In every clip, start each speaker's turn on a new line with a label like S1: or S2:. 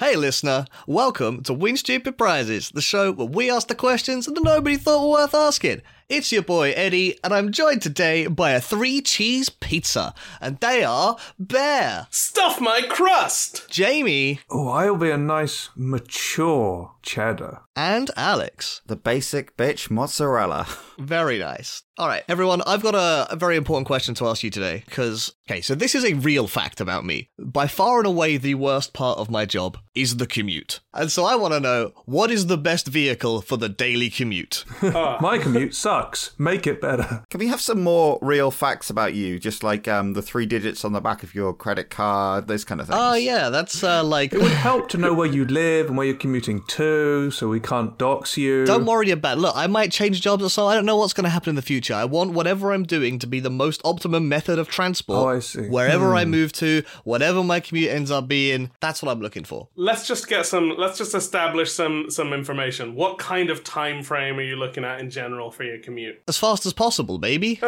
S1: Hey, listener, welcome to Win Stupid Prizes, the show where we ask the questions that nobody thought were worth asking. It's your boy Eddie, and I'm joined today by a three cheese pizza, and they are Bear,
S2: Stuff my crust!
S1: Jamie,
S3: Oh, I'll be a nice, mature cheddar.
S1: and Alex.
S4: The basic bitch mozzarella.
S1: Very nice. All right, everyone, I've got a, a very important question to ask you today because, okay, so this is a real fact about me. By far and away, the worst part of my job is the commute. And so I want to know what is the best vehicle for the daily commute?
S3: My commute sucks. Make it better.
S4: Can we have some more real facts about you? Just like um, the three digits on the back of your credit card, those kind of things.
S1: Oh, yeah, that's uh, like.
S3: It would help to know where you live and where you're commuting to, so we can't dox you.
S1: Don't worry about. Look, I might change jobs or so. I don't know what's going to happen in the future. I want whatever I'm doing to be the most optimum method of transport.
S3: Oh, I see.
S1: Wherever I move to, whatever my commute ends up being, that's what I'm looking for.
S2: Let's just get some let's just establish some some information. What kind of time frame are you looking at in general for your commute?
S1: As fast as possible, baby.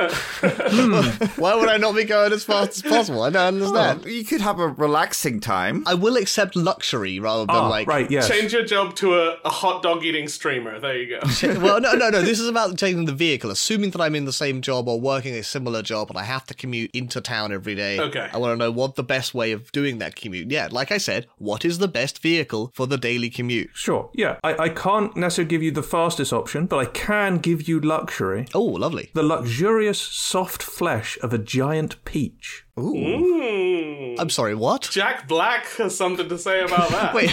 S1: Why would I not be going as fast as possible? I don't
S4: Oh,
S1: understand.
S4: you could have a relaxing time.
S1: I will accept luxury rather than
S3: Ah,
S1: like.
S3: right, yes.
S2: Change your job to a, a hot dog eating streamer. There you go.
S1: well, no, no, no. This is about taking the vehicle. Assuming that I'm in the same job or working a similar job, and I have to commute into town every day.
S2: Okay.
S1: I want to know what the best way of doing that commute. Yeah, like I said, what is the best vehicle for the daily commute?
S3: Sure, yeah. I, I can't necessarily give you the fastest option, but I can give you luxury.
S1: Oh, lovely.
S3: The luxurious, soft flesh of a giant peach.
S2: Hmm.
S1: I'm sorry. What?
S2: Jack Black has something to say about that.
S1: Wait.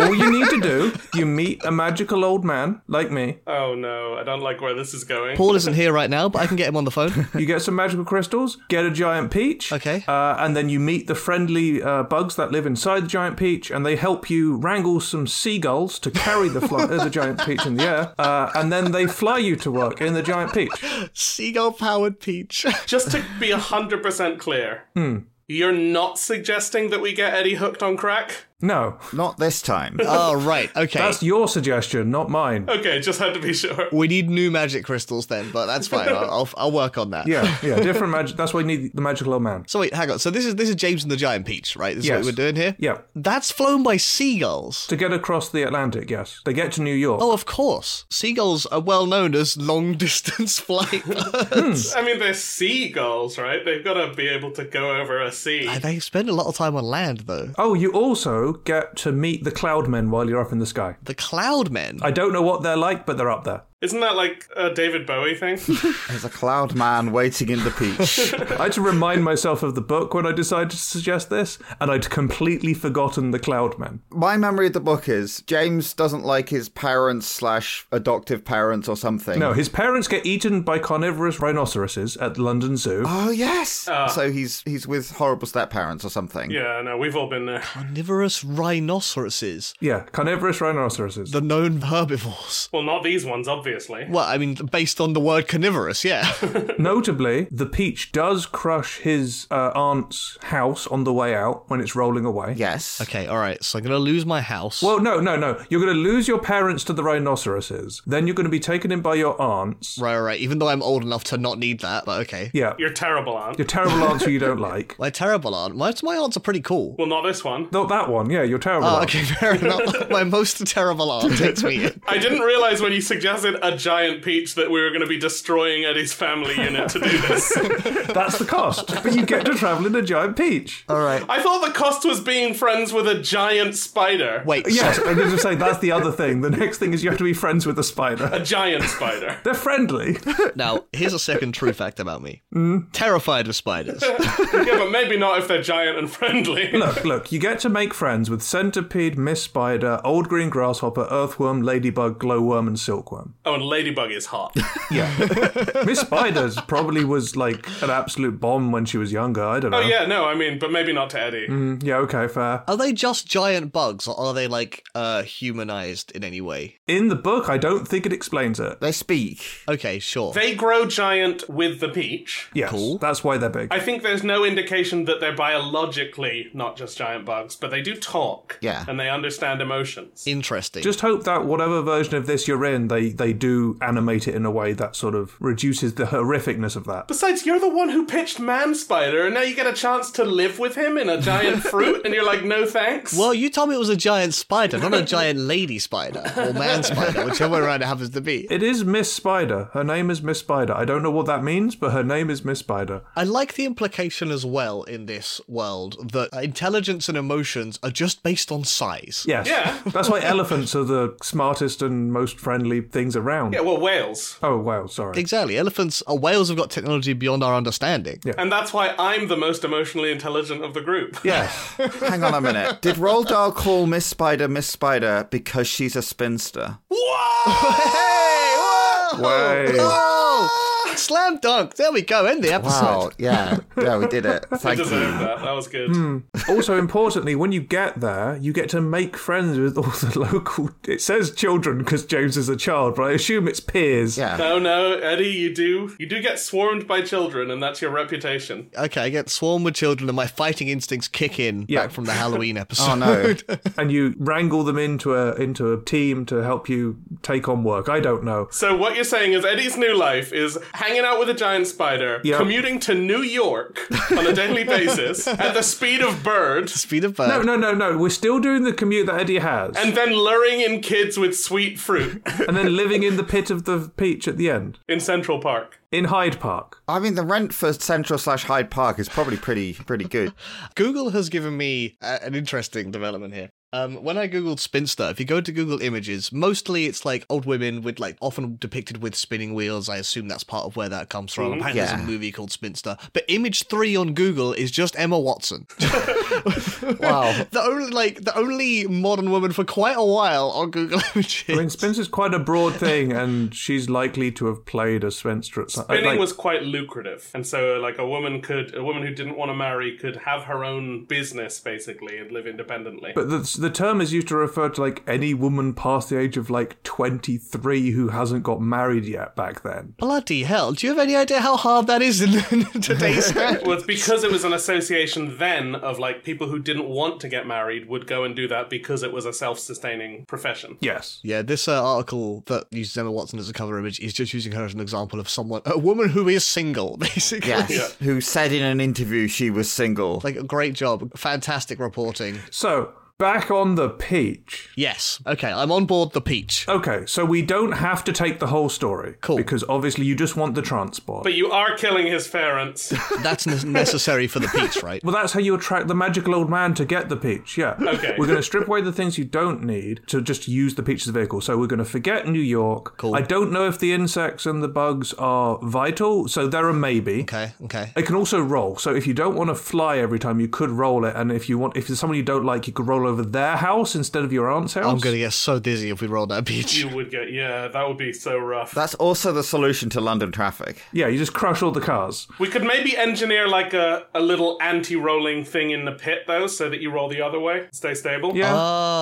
S3: All you need to do, you meet a magical old man like me,
S2: Oh no, I don't like where this is going.
S1: Paul isn't here right now, but I can get him on the phone.
S3: you get some magical crystals, get a giant peach.
S1: Okay.
S3: Uh, and then you meet the friendly uh, bugs that live inside the giant peach, and they help you wrangle some seagulls to carry the, fly- uh, the giant peach in the air. Uh, and then they fly you to work in the giant peach.
S1: Seagull powered peach.
S2: Just to be hundred percent clear.
S1: Hmm.
S2: You're not suggesting that we get Eddie hooked on crack?
S3: No,
S4: Not this time.
S1: oh right. Okay.
S3: that's your suggestion, not mine.
S2: Okay, just had to be sure.
S1: we need new magic crystals then, but that's fine. I'll, I'll, I'll work on that.
S3: Yeah, yeah, different magic. That's why you need the magical old man.
S1: So wait, hang on. So this is this is James and the Giant Peach, right? This
S3: Yes.
S1: is what we're doing here.
S3: Yeah,
S1: That's flown by seagulls.
S3: to get across the Atlantic, yes. They get to New York.
S1: Oh, of course. Seagulls are well known as long distance flight
S3: Hmm.
S1: birds.
S2: I mean, they're seagulls, right? They've got to be able to go over a sea.
S1: And They spend a lot of time on land, though.
S3: Oh, you also get to meet the cloud men while you're up in the sky.
S1: The cloud men.
S3: I don't know what they're like, but they're up there.
S2: Isn't that like a David Bowie thing?
S4: There's a cloud man waiting in the peach.
S3: I had to remind myself of the book when I decided to suggest this, and I'd completely forgotten the Cloudmen.
S4: My memory of the book is James doesn't like his parents slash adoptive parents or something.
S3: No, his parents get eaten by carnivorous rhinoceroses at the London Zoo.
S4: Oh yes. so he's he's with horrible step parents or something.
S2: yeah, no, we've all been there.
S1: Carnivorous rhinoceroses,
S3: Yeah, carnivorous rhinoceroses.
S1: the known herbivores.
S2: Well, not these ones, obviously.
S1: Well, I mean, based on the word carnivorous, yeah.
S3: Notably, the peach does crush his uh, aunt's house on the way out when it's rolling away.
S4: Yes.
S1: okay, all right. So I'm gonna lose my house.
S3: Well, no, no, no. You're going to lose your parents to the rhinoceroses. Then you're going to be taken in by your aunts.
S1: right, right. Even though I'm old enough to not need that, but okay.
S3: Yeah,
S2: You're terrible, aunt.
S3: your terrible aunts who you don't like.
S1: My terrible aunt. My, my aunts are pretty cool.
S2: Well, not this one.
S3: Not that one. Yeah, your terrible.
S1: Oh,
S3: aunt.
S1: okay, fair enough. My most terrible aunt takes me in.
S2: I didn't realize when you suggested a giant peach that we were going to be destroying Eddie's family unit to do this.
S3: That's the cost. but you get to travel in a giant peach.
S1: All right.
S2: I thought the cost was being friends with a giant spider.
S1: Wait, yeah.
S3: Yes, I'm going to say that's the other thing. The next thing is you have to be friends with the spider.
S2: A giant spider.
S3: They're friendly.
S1: now here's a second true fact about me.
S3: Hmm?
S1: Terrified of spiders.
S2: yeah, but maybe not if they're giant and friendly.
S3: Look, look, you get to make friends with centipede, miss spider, old green grasshopper, earthworm, ladybug, glowworm, and silkworm.
S2: Oh, and Ladybug is hot.
S3: Yeah. miss spider's probably was like an absolute bomb when she was younger. I don't know. Mm,
S2: Oh, yeah, no, I mean, but maybe not to Eddie.
S3: Yeah, okay, fair.
S1: Are they just giant bugs, or are they like uh humanized in any way?
S3: In the book, I don't think it explains it.
S4: They speak.
S1: Okay, sure.
S2: They grow giant with the peach.
S3: Yes,
S1: Cool.
S3: that's why they're big.
S2: I think there's no indication that they're biologically not just giant bugs, but they do talk.
S4: Yeah.
S2: And they understand emotions.
S1: Interesting.
S3: Just hope that whatever version of this you're in, they, they do animate it in a way that sort of reduces the horrificness of that.
S2: Besides, you're the one who pitched Man Spider, and now you get a chance to live with him in a giant fruit, and you're like, no thanks.
S1: Well, Oh, you told me it was a giant spider, not a giant lady spider or man spider, whichever around it happens to be.
S3: It is Miss Spider. Her name is Miss Spider. I don't know what that means, but her name is Miss Spider.
S1: I like the implication as well in this world that intelligence and emotions are just based on size.
S3: Yes.
S2: Yeah.
S3: That's why elephants are the smartest and most friendly things around.
S2: yeah, well, whales.
S3: Oh, wow. Sorry.
S1: Exactly. Elephants or whales have got technology beyond our understanding.
S3: Yeah.
S2: And that's why I'm the most emotionally intelligent of the group.
S3: Yes.
S4: Hang on a minute. Did Roald Dahl call Miss Spider Miss Spider because she's a spinster?
S1: Whoa!
S3: Way.
S1: Oh. Whoa! Slam dunk. There we go. End the episode.
S4: Wow. Yeah. Yeah, we did it.
S2: I
S4: Thank you.
S2: deserve that. That was good.
S3: also, importantly, when you get there, you get to make friends with all the local. It says children because James is a child, but I assume it's peers.
S4: Yeah.
S2: No, no, Eddie, you do you do get swarmed by children, and that's your reputation.
S1: Okay, I get swarmed with children and my fighting instincts kick in
S3: Yeah.
S1: back from the Halloween episode.
S4: Oh no.
S3: And you wrangle them into a into a team to help you take on work. I don't know.
S2: So what you're saying is Eddie's new life is hanging out with a giant spider,
S3: Yeah.
S2: commuting to New York on a daily basis at the speed of bird,
S1: Speed of bird.
S3: No, no, no, no. We're still doing the commute that Eddie has,
S2: and then luring in kids with sweet fruit
S3: and then living in the pit of the peach at the end
S2: in Central Park.
S3: in Hyde Park.
S4: I mean, the rent for Central slash Hyde Park is probably pretty pretty good.
S1: Google has given me a- an interesting development here. Um, when I googled spinster, if you go to Google Images, mostly it's like old women with like often depicted with spinning wheels. I assume that's part of where that comes from. Apparently, there's
S4: Mm, Yeah.
S1: a movie called Spinster, but image three on Google is just Emma Watson,
S4: Wow.
S1: the only like the only modern woman for quite a while on Google Images.
S3: I mean, Spencer's quite a broad thing, and she's likely to have played a spinster at some.
S2: Spinning
S3: like-
S2: was quite lucrative, and so like a woman could a woman who didn't want to marry could have her own business basically and live independently.
S3: But the, the term is used to refer to like any woman past the age of like 23 who hasn't got married yet back then.
S1: Bloody hell! Do you have any idea how hard that is in, in today's standards?
S2: Well, it's because it was an association then of like people who didn't want to get married would go and do that because it was a self-sustaining profession.
S3: Yes.
S1: Yeah, this uh, article that uses Emma Watson as a cover image is just using her as an example of someone, a woman who is single, basically.
S4: Yes.
S2: Yeah.
S4: Who said in an interview she was single?
S1: Like, a great job. Fantastic reporting.
S3: So, back on the peach.
S1: Yes. Okay, I'm on board the peach.
S3: Okay, so we don't have to take the whole story.
S1: Cool.
S3: Because obviously you just want the transport.
S2: But you are killing his parents.
S1: That's ne- necessary for the peach, right?
S3: well, that's how you attract the magical old man to get the peach, yeah.
S2: Okay.
S3: We're going to strip away the things you don't need to just use the peach as a vehicle. So we're going to forget New York.
S1: Cool.
S3: I don't know if the insects and the bugs are vital, so they're a maybe.
S1: Okay, okay.
S3: It can also roll. So if you don't want to fly every time, you could roll it. And if you want, if there's someone you don't like, you could roll over their house instead of your aunt's house.
S1: I'm gonna get so dizzy if we roll that peach.
S2: you would get yeah, that would be so rough.
S4: That's also the solution to London traffic.
S3: Yeah, you just crush all the cars.
S2: we could maybe engineer like a, a little anti-rolling thing in the pit though, so that you roll the other way, stay stable.
S3: Yeah.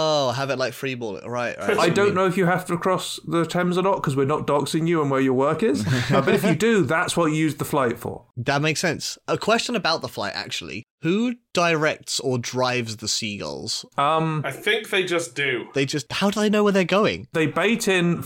S1: Oh, have it like free ball it. Right, right.
S3: I don't know if you have to cross the Thames or not because we're not doxing you and where your work is. Uh, but if you do, that's what you use the flight for.
S1: That makes sense. A question about the flight, actually. Who directs or drives the seagulls?
S3: Um,
S2: I think they just do.
S1: They just, how do they know where they're going?
S3: they bait in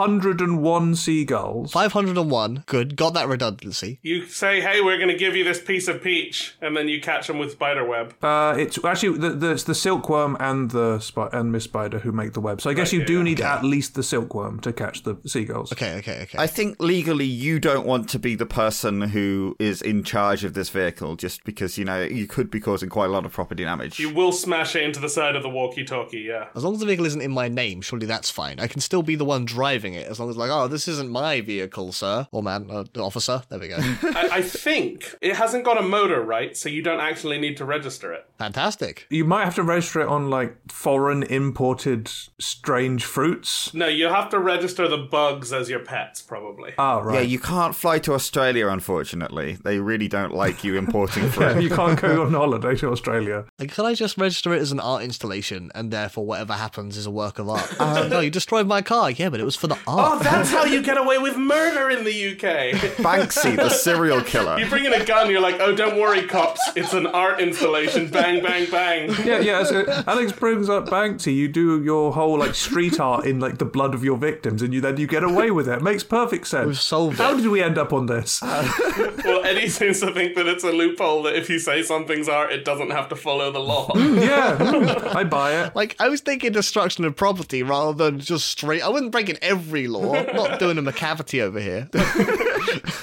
S3: 501 seagulls.
S1: 501. Good. Got that redundancy.
S2: You say, "Hey, we're going to give you this piece of peach," and then you catch them with spider web.
S3: Uh, it's actually the, the, it's the silkworm and the spi- and Miss Spider who make the web. So I guess you do need at least the silkworm to catch the seagulls.
S1: Okay, okay, okay.
S4: I think legally you don't want to be the person who is in charge of this vehicle just because, you know, you could be causing quite a lot of property damage.
S2: You will smash it into the side of the walkie-talkie. Yeah.
S1: As long as the vehicle isn't in my name, surely that's fine. I can still be the one driving it, as long as like, oh, this isn't my vehicle, sir or man, uh, officer. There we go.
S2: I, I think it hasn't got a motor, right? So you don't actually need to register it.
S1: Fantastic.
S3: You might have to register it on like foreign imported strange fruits.
S2: No, you have to register the bugs as your pets, probably.
S3: Ah,
S4: yeah,
S3: right.
S4: you can't fly to Australia, unfortunately. They really don't like you importing fruit.
S3: you can't I'm going on holiday to Australia.
S1: Like, could I just register it as an art installation and therefore whatever happens is a work of art? Uh, no, you destroyed my car. Yeah, but it was for the
S2: Oh,
S1: art.
S2: that's how you get away with murder in the UK.
S4: Banksy, the serial
S2: You
S4: killer.
S2: bring in a gun, you're like, oh, don't worry, cops. It's an art installation. Bang, bang, bang.
S3: Yeah, yeah. So Alex brings up Banksy. You do your whole like street art in like the blood of your victims, and you then you get away with it. Makes perfect sense.
S1: We've solved
S3: How
S1: it.
S3: did we end up on this?
S2: Well, Eddie seems to think that it's a loophole that if you say something's art, it doesn't have to follow the law.
S3: yeah, mm, I buy it.
S1: Like, I was thinking destruction of property rather than just straight. I wasn't breaking every law. I'm not doing a macavity over here.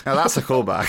S4: Now that's a callback.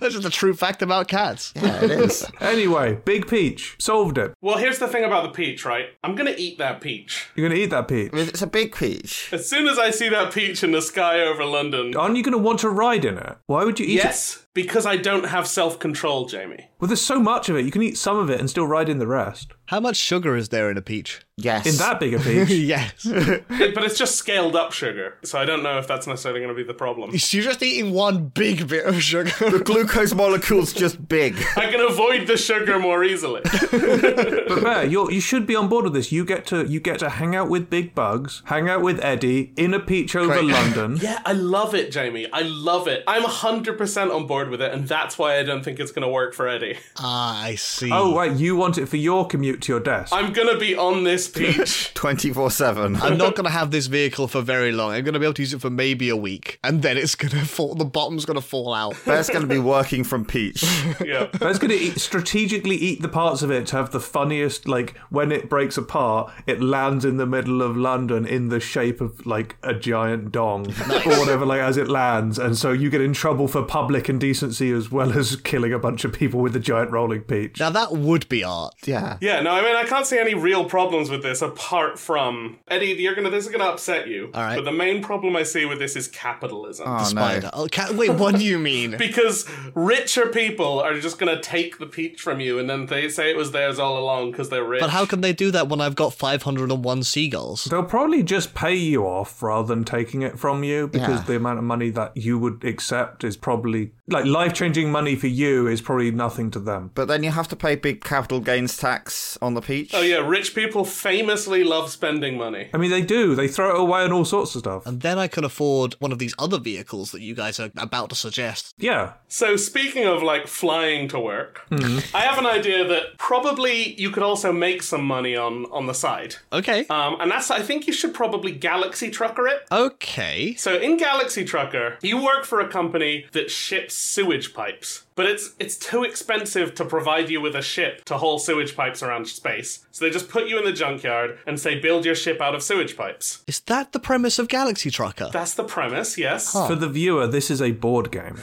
S1: That's just a true fact about cats.
S4: Yeah, it is.
S3: Anyway, Big Peach solved it.
S2: Well, here's the thing about the peach, right? I'm gonna eat that peach.
S3: You're gonna eat that peach.
S4: It's a big peach.
S2: As soon as I see that peach in the sky over London.
S3: Aren't you gonna want to ride in it? Why would you eat it?
S2: Yes, because I don't have self control, Jamie.
S3: Well, there's so much of it. You can eat some of it and still ride in the rest.
S1: How much sugar is there in a peach?
S4: Yes.
S3: In that bigger peach.
S1: Yes.
S2: It- but it's just scaled up sugar, so I don't know if that's necessarily gonna be the problem.
S1: You're just eating one big bit of sugar.
S4: the glucose molecule's just big.
S2: I can avoid the sugar more easily.
S3: But Bear, you're, you should be on board with this. You get to you get to hang out with Big Bugs, hang out with Eddie in a peach over
S1: Great.
S3: London.
S2: yeah, I love it, Jamie. I love it. I'm 100% on board with it, and that's why I don't think it's gonna work for Eddie.
S1: ah, I see.
S3: Oh, right, you want it for your commute to your desk.
S2: I'm gonna be on this peach.
S4: 24 7.
S1: I'm not going to have this vehicle for very long. I'm going to be able to use it for maybe a week, and then it's going to fall. The bottom's going to fall out.
S4: Bear's going to be working from peach.
S2: yeah.
S3: That's going to eat, strategically eat the parts of it to have the funniest, like, when it breaks apart, it lands in the middle of London in the shape of, like, a giant dong or whatever, like, as it lands. And so you get in trouble for public indecency as well as killing a bunch of people with the giant rolling peach.
S1: Now that would be art.
S4: Yeah.
S2: Yeah, no, I mean, I can't see any real problems with this apart from Eddie. You're gonna this is gonna upset you.
S1: All right.
S2: But the main problem I see with this is capitalism.
S4: Oh,
S1: Spider. Oh, cat. Wait, what do you mean?
S2: Because richer people are just gonna take the peach from you, and then they say it was theirs all along because they're rich.
S1: But how can they do that when I've got 501 seagulls?
S3: They'll probably just pay you off rather than taking it from you because
S4: Yeah.
S3: the amount of money that you would accept is probably, like, life changing money for you is probably nothing to them.
S4: But then you have to pay big capital gains tax on the peach.
S2: Oh yeah, rich people famously love spending money.
S3: I mean, they do. They throw it away and all sorts of stuff.
S1: And then I can afford one of these other vehicles that you guys are about to suggest.
S3: Yeah.
S2: So speaking of like flying to work, I have an idea that probably you could also make some money on on the side.
S1: Okay.
S3: Uh,
S2: Um, and that's I think you should probably galaxy trucker it.
S1: Okay.
S2: So in Galaxy Trucker, you work for a company that ships sewage pipes. But it's it's too expensive to provide you with a ship to haul sewage pipes around space. So they just put you in the junkyard and say build your ship out of sewage pipes.
S1: Is that the premise of Galaxy Trucker?
S2: That's the premise, yes.
S3: For the viewer, this is a board game.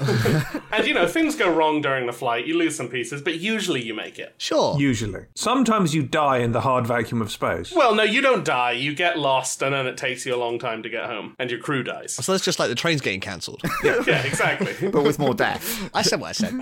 S2: And you know, things go wrong during the flight, you lose some pieces, but usually you make it.
S1: Sure.
S3: Usually. Sometimes you die in the hard vacuum of space.
S2: Well, no, you don't die, you get lost and then it takes you a long time to get home and your crew dies.
S1: so that's just like the train's getting cancelled.
S2: yeah, exactly.
S4: But with more death.
S1: I said what I said.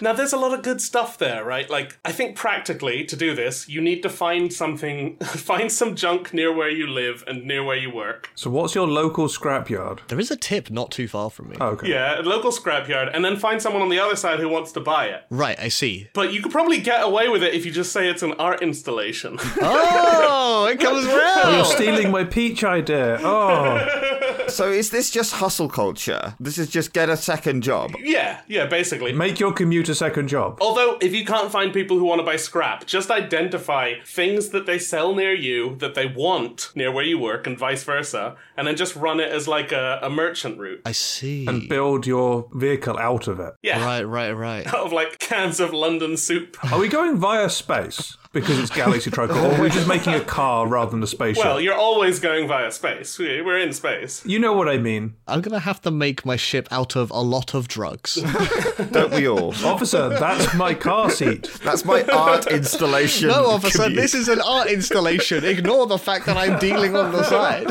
S2: Now, there's a lot of good stuff there, right? Like, I think practically to do this, you need to find something, find some junk near where you live and near where you work.
S3: So, what's your local scrapyard?
S1: There is a tip not too far from me.
S3: Okay.
S2: Yeah, a local scrapyard, and then find someone on the other side who wants to buy it.
S1: Right, I see.
S2: But you could probably get away with it if you just say it's an art installation.
S1: Oh, it comes
S3: You're
S1: round.
S3: stealing my peach idea. Oh,
S4: So is this just hustle culture? This is just get a second job.
S2: yeah, yeah, basically.
S3: make your commute a second job.
S2: Although, if you can't find people who want to buy scrap, just identify things that they sell near you that they want near where you work and vice versa, and then just run it as like a, a merchant route.
S1: I see.
S3: And build your vehicle out of it.
S2: Yeah.
S1: Right, right, right.
S2: Out of like cans of London soup.
S3: Are we going via space because it's Galaxy Trucker, or are we just making a car rather than a spaceship?
S2: Well, you're always going via space. We- We're in space.
S3: you know what I mean.
S1: I'm going to have to make my ship out of a lot of drugs.
S4: Don't we all?
S3: Officer, that's my car seat.
S4: That's my art installation.
S1: no, officer,
S4: commute.
S1: this is an art installation. Ignore the fact that I'm dealing on the side.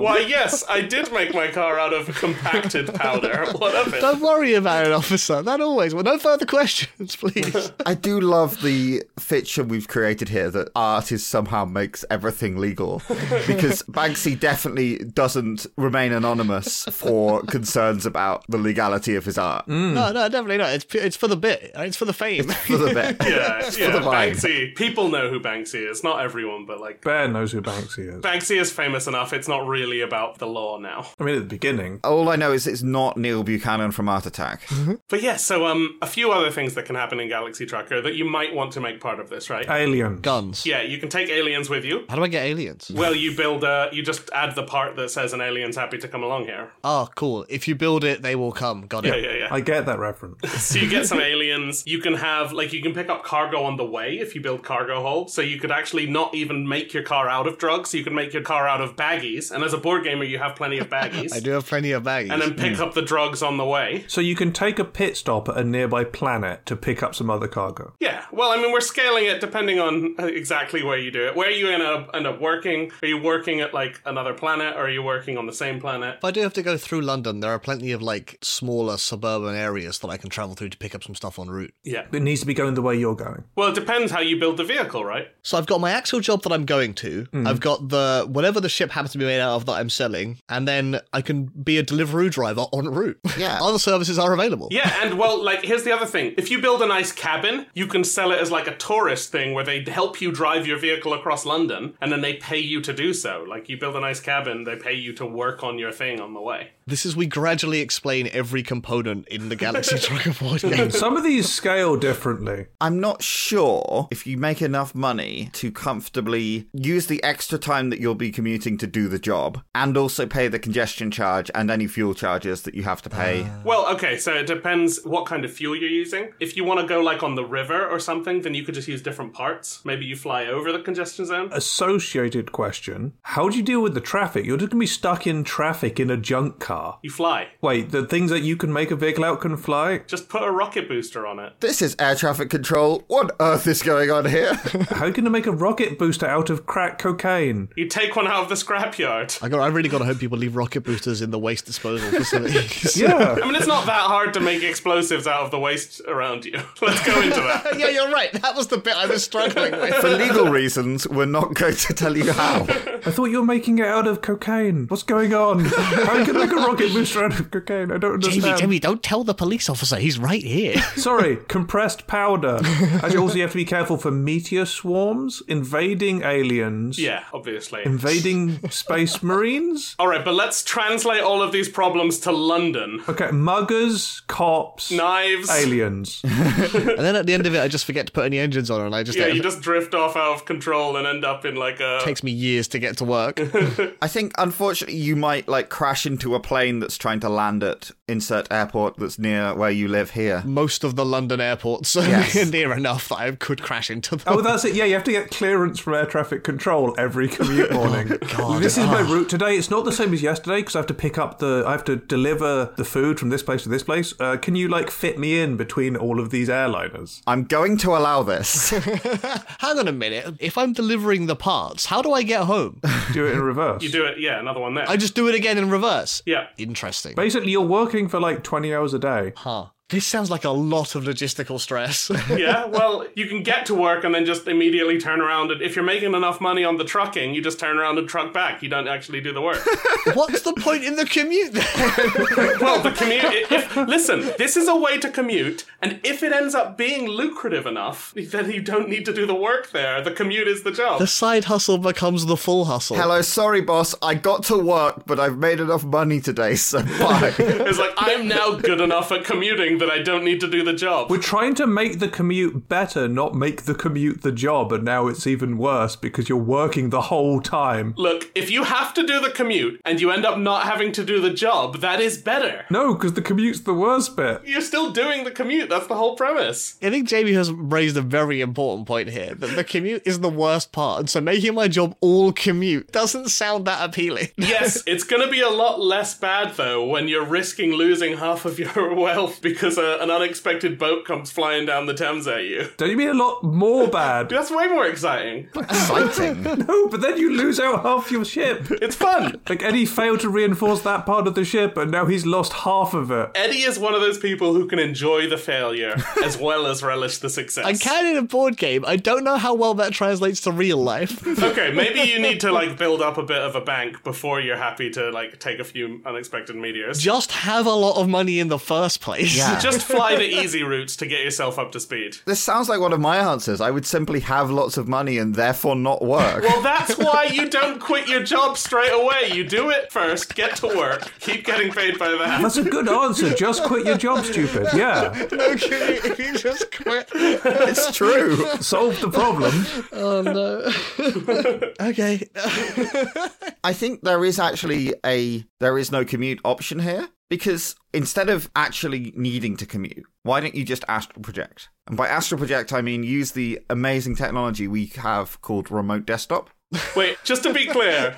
S2: Why, yes, I did make my car out of compacted powder. What of it?
S1: Don't worry about it, officer. That always. Well, no further questions, please.
S4: I do love the fiction we've created here that art is somehow makes everything legal because Banksy definitely doesn't remain anonymous for concerns about the legality of his art.
S1: No, no, definitely not. It's pu- it's for the bit. Hmm. It's for the fame.
S4: For the bit.
S2: Yeah, yeah.
S4: the vibe.
S2: Banksy. People know who Banksy is. Not everyone, but like
S3: Bear knows who Banksy is.
S2: Banksy is famous enough. It's not really about the law now.
S3: I mean, at the beginning,
S4: All I know is it's not Neil Buchanan from Art Attack.
S2: But yeah, so um, a few other things that can happen in Galaxy Trucker that you might want to make part of this, right?
S3: aliens.
S1: Guns.
S2: yeah, you can take aliens with you.
S1: How do I get aliens?
S2: Well, you build a. You just add the part that says an alien's happy to come along here.
S1: Ah, cool. If you build it, they will come. Got
S2: Yeah,
S1: it.
S2: yeah, yeah.
S3: I get that reference.
S2: so you get some aliens. You can have like you can pick up cargo on the way if you build cargo hold. So you could actually not even make your car out of drugs. You can make your car out of baggies. And as a board gamer, you have plenty of baggies.
S1: I do have plenty of baggies.
S2: And then pick up the drugs on the way.
S3: So you can take a pit stop at a nearby planet to pick up some other cargo.
S2: Yeah. Well, I mean, we're scaling it depending on uh, exactly where you do it. Where you end up end up working? Are you working at like another planet? Or are you working on the same planet?
S1: if I do have to go through London, there are plenty of like smaller suburban areas that I can travel through to pick up some stuff en route.
S2: Yeah.
S3: It needs to be going the way you're going.
S2: Well, it depends how you build the vehicle, right?
S1: So I've got my actual job that I'm going to. I've got the whatever the ship happens to be made out of that I'm selling, and then I can be a Deliveroo driver en route.
S4: Yeah.
S1: Other services are available.
S2: Yeah, and well, like, here's the other thing. If you build a nice cabin, you can sell it as like a tourist thing where they help you drive your vehicle across London and then they pay you to do so. Like, you build a nice cabin, they pay you to work on your thing on the way.
S1: This is we gradually explain every component in the Galaxy Trucker board game.
S3: Some of these scale differently.
S4: I'm not sure if you make enough money to comfortably use the extra time that you'll be commuting to do the job and also pay the congestion charge and any fuel charges that you have to pay.
S2: Well, okay, so it depends what kind of fuel you're using. If you want to go, like, on the river or something, then you could just use different parts. Maybe you fly over the congestion zone.
S3: Associated question How do you deal with the traffic? You're just going to be stuck in traffic in a junk car.
S2: You fly.
S3: Wait, the things that you can make a vehicle out can fly?
S2: Just put a rocket booster on it.
S4: This is air traffic control. What on earth is going on here?
S1: Oh,
S3: How can you make a rocket booster out of crack cocaine?
S2: You take one out of the scrapyard.
S1: I got. I really got to hope people leave rocket boosters in the waste disposal facilities.
S3: Yeah.
S2: I mean, it's not that hard to make explosives out of the waste around you. Let's go into that.
S1: yeah, you're right. That was the bit I was struggling with.
S4: For legal reasons, we're not going to tell you how.
S3: I thought you were making it out of cocaine. What's going on? How can you make a rocket booster out of cocaine? I don't understand.
S1: Jamie, Jamie, don't tell the police officer. He's right here.
S3: Sorry, compressed powder. Actually, also you have to be careful for meteor swarms, invading aliens,
S2: Yeah, obviously.
S3: invading space marines.
S2: All right, but let's translate all of these problems to London.
S3: Okay, muggers, cops,
S2: Knives.
S3: aliens.
S1: and then at the end of it, I just forget to put any engines on, and I just.
S2: Yeah,
S1: it
S2: you just drift off out of control and end up in like a.
S1: takes me years to get to work.
S4: I think, unfortunately, you might like crash into a plane that's trying to land at insert airport that's near where you live here.
S1: Most of the London airports are near enough that I could crash into them.
S3: Oh, that's it. Yeah, you have to get clearance from air traffic control every commute morning.
S1: Oh, God.
S3: This is my route today. It's not the same as yesterday because I have to pick up the. I have to deliver the food from this place to this place. Uh, can you like fit me in between all of these airliners?
S4: I'm going to allow this.
S1: Hang on a minute. If I'm delivering the parts, how do I get home?
S3: Do it in reverse.
S2: You do it, yeah, another one there.
S1: I just do it again in reverse.
S2: yeah.
S1: Interesting.
S3: Basically, you're working for like 20 hours a day.
S1: Huh. This sounds like a lot of logistical stress.
S2: Yeah, well, you can get to work and then just immediately turn around. And if you're making enough money on the trucking, you just turn around and truck back. You don't actually do the work.
S1: What's the point in the commute then?
S2: well, the commute. i- If, listen, this is a way to commute, and if it ends up being lucrative enough, then you don't need to do the work there. The commute is the job.
S1: the side hustle becomes the full hustle.
S4: Hello, sorry, boss. I got to work, but I've made enough money today, so bye.
S2: It's like, I'm now good enough at commuting that I don't need to do the job.
S3: We're trying to make the commute better, not make the commute the job, and now it's even worse because you're working the whole time.
S2: Look, if you have to do the commute and you end up not having to do the job, that is better.
S3: No, because the commute's the worst bit.
S2: You're still doing the commute. That's the whole premise.
S1: I think Jamie has raised a very important point here that the commute is the worst part, and so making my job all commute doesn't sound that appealing.
S2: Yes, it's going to be a lot less bad though when you're risking losing half of your wealth because because uh, an unexpected boat comes flying down the Thames at you.
S3: Don't you mean a lot more bad?
S2: That's way more exciting.
S4: Exciting.
S3: no, but then you lose out half your ship.
S2: It's fun.
S3: Like Eddie failed to reinforce that part of the ship, and now he's lost half of it.
S2: Eddie is one of those people who can enjoy the failure as well as relish the success.
S1: I can in a board game. I don't know how well that translates to real life.
S2: Okay, maybe you need to like build up a bit of a bank before you're happy to like take a few unexpected meteors.
S1: Just have a lot of money in the first place.
S4: Yeah.
S2: Just fly the easy routes to get yourself up to speed.
S4: this sounds like one of my answers. I would simply have lots of money and therefore not work.
S2: Well, that's why you don't quit your job straight away. You do it first, get to work, keep getting paid by the hour.
S3: That's a good answer. Just quit your job, stupid. Yeah.
S1: No kidding, if you just quit.
S4: it's true.
S3: Solve the problem.
S1: Oh no. okay.
S4: I think there is actually a there is no commute option here because instead of actually needing to commute, why don't you just astral project? And by astral project, I mean use the amazing technology we have called remote desktop.
S2: Wait, just to be clear,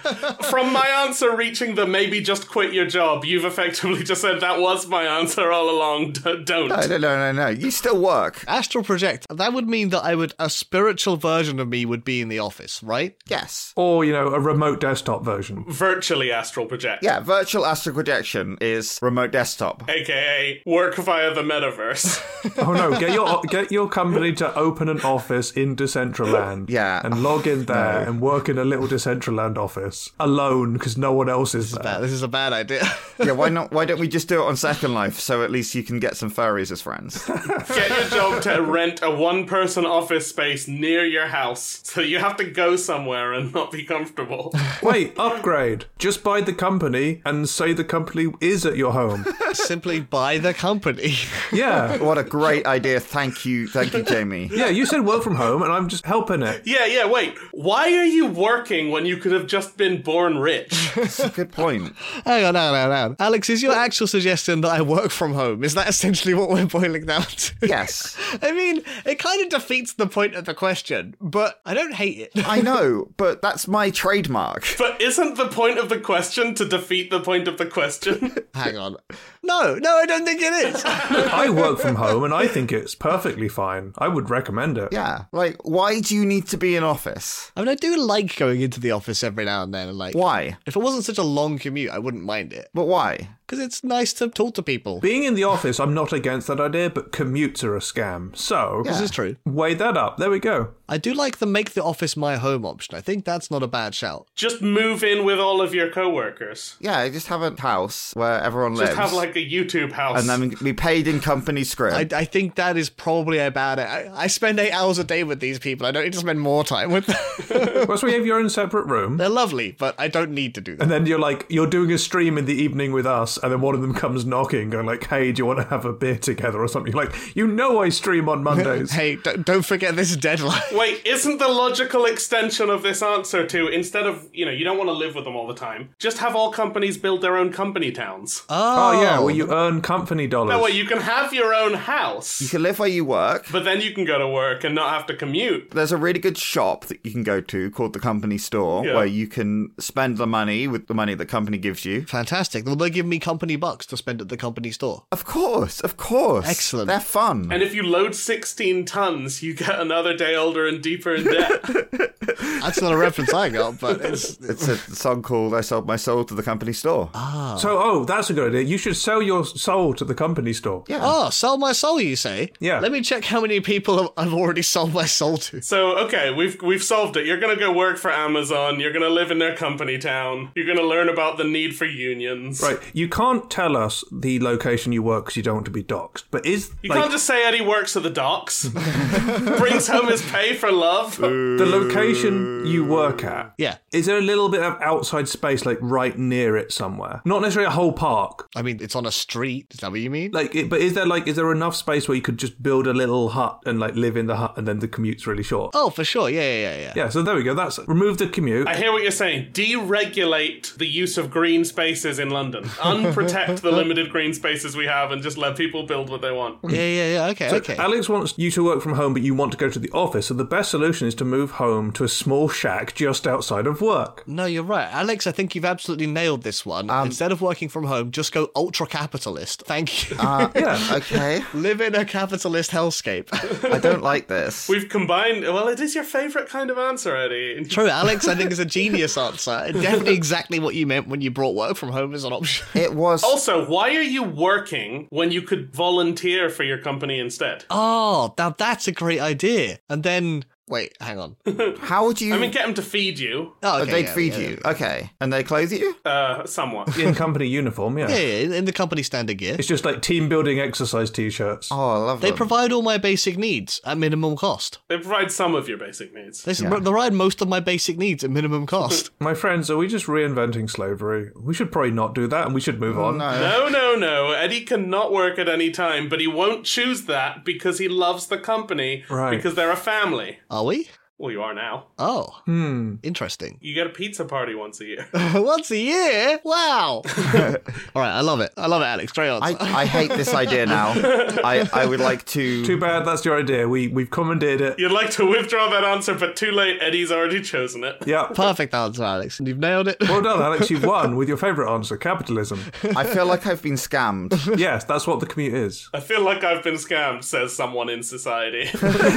S2: from my answer reaching the maybe just quit your job, you've effectively just said that was my answer all along. D- don't.
S4: No, no, no, no, no. You still work.
S1: Astral project. That would mean that I would a spiritual version of me would be in the office, right?
S4: Yes.
S3: Or, you know, a remote desktop version.
S2: Virtually astral project.
S4: Yeah, virtual astral projection is remote desktop.
S2: AKA work via the metaverse.
S3: Oh no, get your get your company to open an office in Decentraland.
S4: Yeah.
S3: And log in there and work in a little Decentraland office. Alone, because no one else is there.
S1: Nah, this is a bad idea.
S4: Yeah, why not? Why don't we just do it on Second Life so at least you can get some furries as friends?
S2: Get your job to rent a one person office space near your house. So you have to go somewhere and not be comfortable.
S3: Wait, upgrade. Just buy the company and say the company is at your home.
S1: Simply buy the company.
S3: Yeah.
S4: What a great idea. Thank you. Thank you, Jamie.
S3: Yeah, you said work from home and I'm just helping it.
S2: Yeah, yeah, wait. Why are you working when you could have just been born rich?
S4: That's a good point.
S1: hang on, hang on, hang on. Alex, is your actual suggestion that I work from home? Is that essentially what we're boiling down to?
S4: Yes.
S1: I mean, it kind of defeats the point of the question, but I don't hate it.
S4: I know, but that's my trademark.
S2: But isn't the point of the question to defeat the point of the question?
S1: Hang on. No, no, I don't think it is.
S3: I work from home and I think it's perfectly fine. I would recommend it.
S4: Yeah. Like, why do you need to be in office?
S1: I mean, I do like going into the office every now and then, and like,
S4: Why?
S1: if it wasn't such a long commute, I wouldn't mind it
S4: But why?
S1: because it's nice to talk to people.
S3: Being in the office, I'm not against that idea, but commutes are a scam. So
S1: This is true.
S3: weigh that up. There we go.
S1: I do like the make the office my home option. I think that's not a bad shout.
S2: just move in with all of your coworkers.
S4: Yeah, I just have a house where everyone
S2: Just
S4: lives.
S2: have like a YouTube house.
S4: and then be paid in company script.
S1: I, I think that is probably about it. I, I spend eight hours a day with these people. I don't need to spend more time with them.
S3: Plus, we have your own separate room.
S1: They're lovely, but I don't need to do that.
S3: And then you're like, you're doing a stream in the evening with us, and then one of them comes knocking, going like, "Hey, do you want to have a beer together or something?" Like, you know, I stream on Mondays.
S1: Hey, don't, don't forget this deadline.
S2: Wait, isn't the logical extension of this answer to instead of, you know, you don't want to live with them all the time, just have all companies build their own company towns.
S3: oh yeah, well you earn company dollars.
S2: That way you can have your own house.
S4: you can live where you work.
S2: But then you can go to work and not have to commute.
S4: There's a really good shop that you can go to called the company store
S2: Yeah.
S4: where you can spend the money with the money the company gives you.
S1: Fantastic. Will they give me company bucks to spend at the company store?
S4: Of course, of course.
S1: Excellent.
S4: They're fun.
S2: And if you load 16 tons, you get another day older and deeper in debt.
S1: That's not a reference I got, but it's.
S4: it's a song called I Sold My Soul to the Company Store.
S2: Ah.
S3: so, oh, that's a good idea. You should sell your soul to the company store.
S4: Yeah.
S1: Oh, sell my soul, you say?
S3: Yeah.
S1: Let me check how many people I've already sold my soul to.
S2: So okay, we've we've solved it. You're gonna go work for Amazon. You're gonna live in their company town. You're gonna learn about the need for unions.
S3: Right, you can't tell us the location you work because you don't want to be doxxed. But is
S2: You
S3: like
S2: can't just say Eddie works at the docks, brings home his pay for love.
S3: the location you work at?
S1: Yeah.
S3: Is there a little bit of outside space, like right near it somewhere? Not necessarily a whole park,
S1: I mean, it's on a street. Is that what you mean?
S3: like, it, but is there like, is there enough space where you could just build a little hut and like live in the hut, and then the commute's really short?
S1: Oh, for sure. Yeah, yeah, yeah, yeah.
S3: Yeah, so there we go. That's remove the commute.
S2: I hear what you're saying. Deregulate the use of green spaces in London. Unprotect the limited green spaces we have, and just let people build what they want.
S1: Yeah, yeah, yeah. Okay, okay.
S3: Alex wants you to work from home, but you want to go to the office. So the best solution is to move home to a a small shack just outside of work.
S1: No, you're right. Alex, I think you've absolutely nailed this one. Instead of working from home, just go ultra capitalist. Thank you.
S3: Yeah.
S4: Okay.
S1: Live in a capitalist hellscape.
S4: I don't like this.
S2: We've combined. Well, it is your favorite kind of answer, Eddie.
S1: True, Alex, I think is a genius answer. And Definitely exactly what you meant when you brought work from home as an option.
S4: It was.
S2: Also, why are you working when you could volunteer for your company instead?
S1: Oh, now that's a great idea. And then, wait, hang on. Oh,
S4: How would you?
S2: I mean, get them to feed you,
S1: okay,
S4: they'd
S1: yeah,
S4: feed
S1: yeah,
S4: you. Okay, and they clothe you.
S2: uh, somewhat.
S3: In company uniform, yeah.
S1: Yeah, yeah, in- in the company standard gear.
S3: It's just like team building exercise t shirts.
S4: Oh, I love
S1: They
S4: them.
S1: provide all my basic needs at minimum cost.
S2: They provide some of your basic needs.
S1: They s- they provide most of my basic needs at minimum cost.
S3: My friends, are we just reinventing slavery? We should probably not do that and we should move on.
S4: no.
S2: No, no, no. Eddie cannot work at any time, but he won't choose that because he loves the company
S3: Right.
S2: because they're a family.
S1: Are we?
S2: Well, you are now.
S1: Oh,
S3: Hmm.
S1: interesting.
S2: You get a pizza party once a year.
S1: Once a year? Wow. all right, I love it. I love it, Alex. Great answer.
S4: I, I hate this idea now. I, I would like to.
S3: Too bad that's your idea. We, we've commandeered it.
S2: You'd like to withdraw that answer, but too late. Eddie's already chosen it.
S3: Yeah.
S1: Perfect answer, Alex. You've nailed it.
S3: Well done, Alex. You won with your favourite answer capitalism.
S4: I feel like I've been scammed.
S3: Yes, that's what the commute is.
S2: I feel like I've been scammed, says someone in society.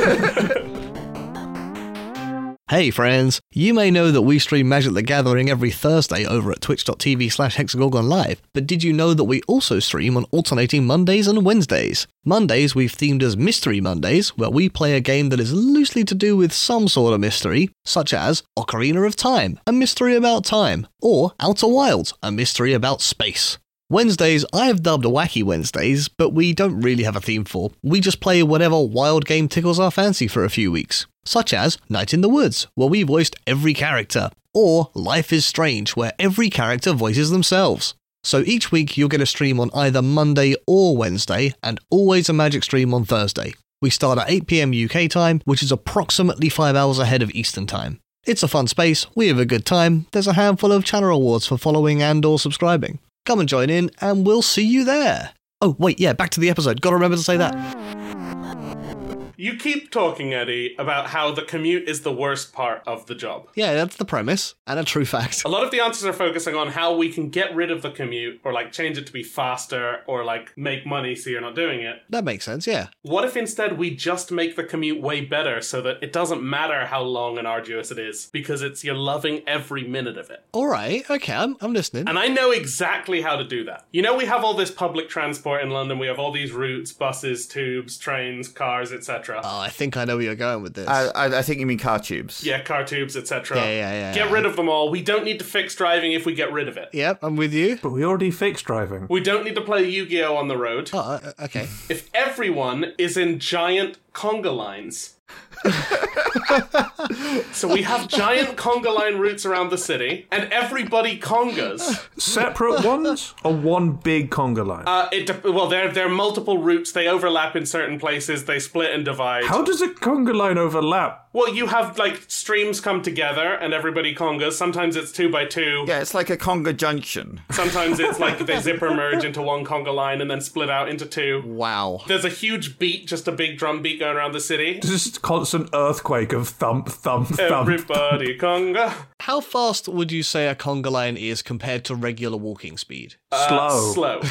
S1: Hey friends, you may know that we stream Magic the Gathering every Thursday over at twitch.tv slash hexagorgon live, but did you know that we also stream on alternating Mondays and Wednesdays? Mondays we've themed as Mystery Mondays, where we play a game that is loosely to do with some sort of mystery, such as Ocarina of Time, a mystery about time, or Outer Wilds, a mystery about space. Wednesdays, I have dubbed Wacky Wednesdays, but we don't really have a theme for. We just play whatever wild game tickles our fancy for a few weeks, such as Night in the Woods, where we voiced every character, or Life is Strange, where every character voices themselves. So each week you'll get a stream on either Monday or Wednesday, and always a magic stream on Thursday. We start at 8pm UK time, which is approximately 5 hours ahead of Eastern time. It's a fun space, we have a good time, there's a handful of channel awards for following and or subscribing. Come and join in, and we'll see you there. Oh, wait, yeah, back to the episode. Gotta remember to say that.
S2: you keep talking, Eddie, about how the commute is the worst part of the job.
S1: Yeah, that's the premise, and a true fact.
S2: A lot of the answers are focusing on how we can get rid of the commute or like change it to be faster or like make money so you're not doing it.
S1: That makes sense, yeah.
S2: What if instead we just make the commute way better so that it doesn't matter how long and arduous it is because it's you're loving every minute of it?
S1: All right, okay, I'm, I'm listening.
S2: And I know exactly how to do that. You know, we have all this public transport in London. We have all these routes, buses, tubes, trains, cars, etc.
S1: Oh, I think I know where you're going with this.
S4: I, I, I think you mean car tubes.
S2: yeah, car tubes, etc.
S1: Yeah, yeah, yeah,
S2: Get
S1: yeah.
S2: rid of them all. We don't need to fix driving if we get rid of it.
S1: yep, I'm with you.
S3: But we already fixed driving.
S2: We don't need to play Yu-Gi-Oh on the road.
S1: Oh, uh, okay.
S2: If everyone is in giant conga lines. so we have giant conga line routes around the city, and everybody congas.
S3: Separate ones or one big conga line?
S2: Uh, it de- well, there there are multiple routes. They overlap in certain places. They split and divide.
S3: How does a conga line overlap?
S2: Well, you have like streams come together and everybody congas. Sometimes it's two by two.
S4: Yeah, it's like a conga junction.
S2: Sometimes it's like they zipper merge into one conga line and then split out into two.
S1: Wow.
S2: There's a huge beat, just a big drum beat going around the city.
S3: Just constant earthquake of thump, thump, thump.
S2: Everybody conga.
S1: How fast would you say a conga line is compared to regular walking speed?
S3: slow.
S2: uh, Slow.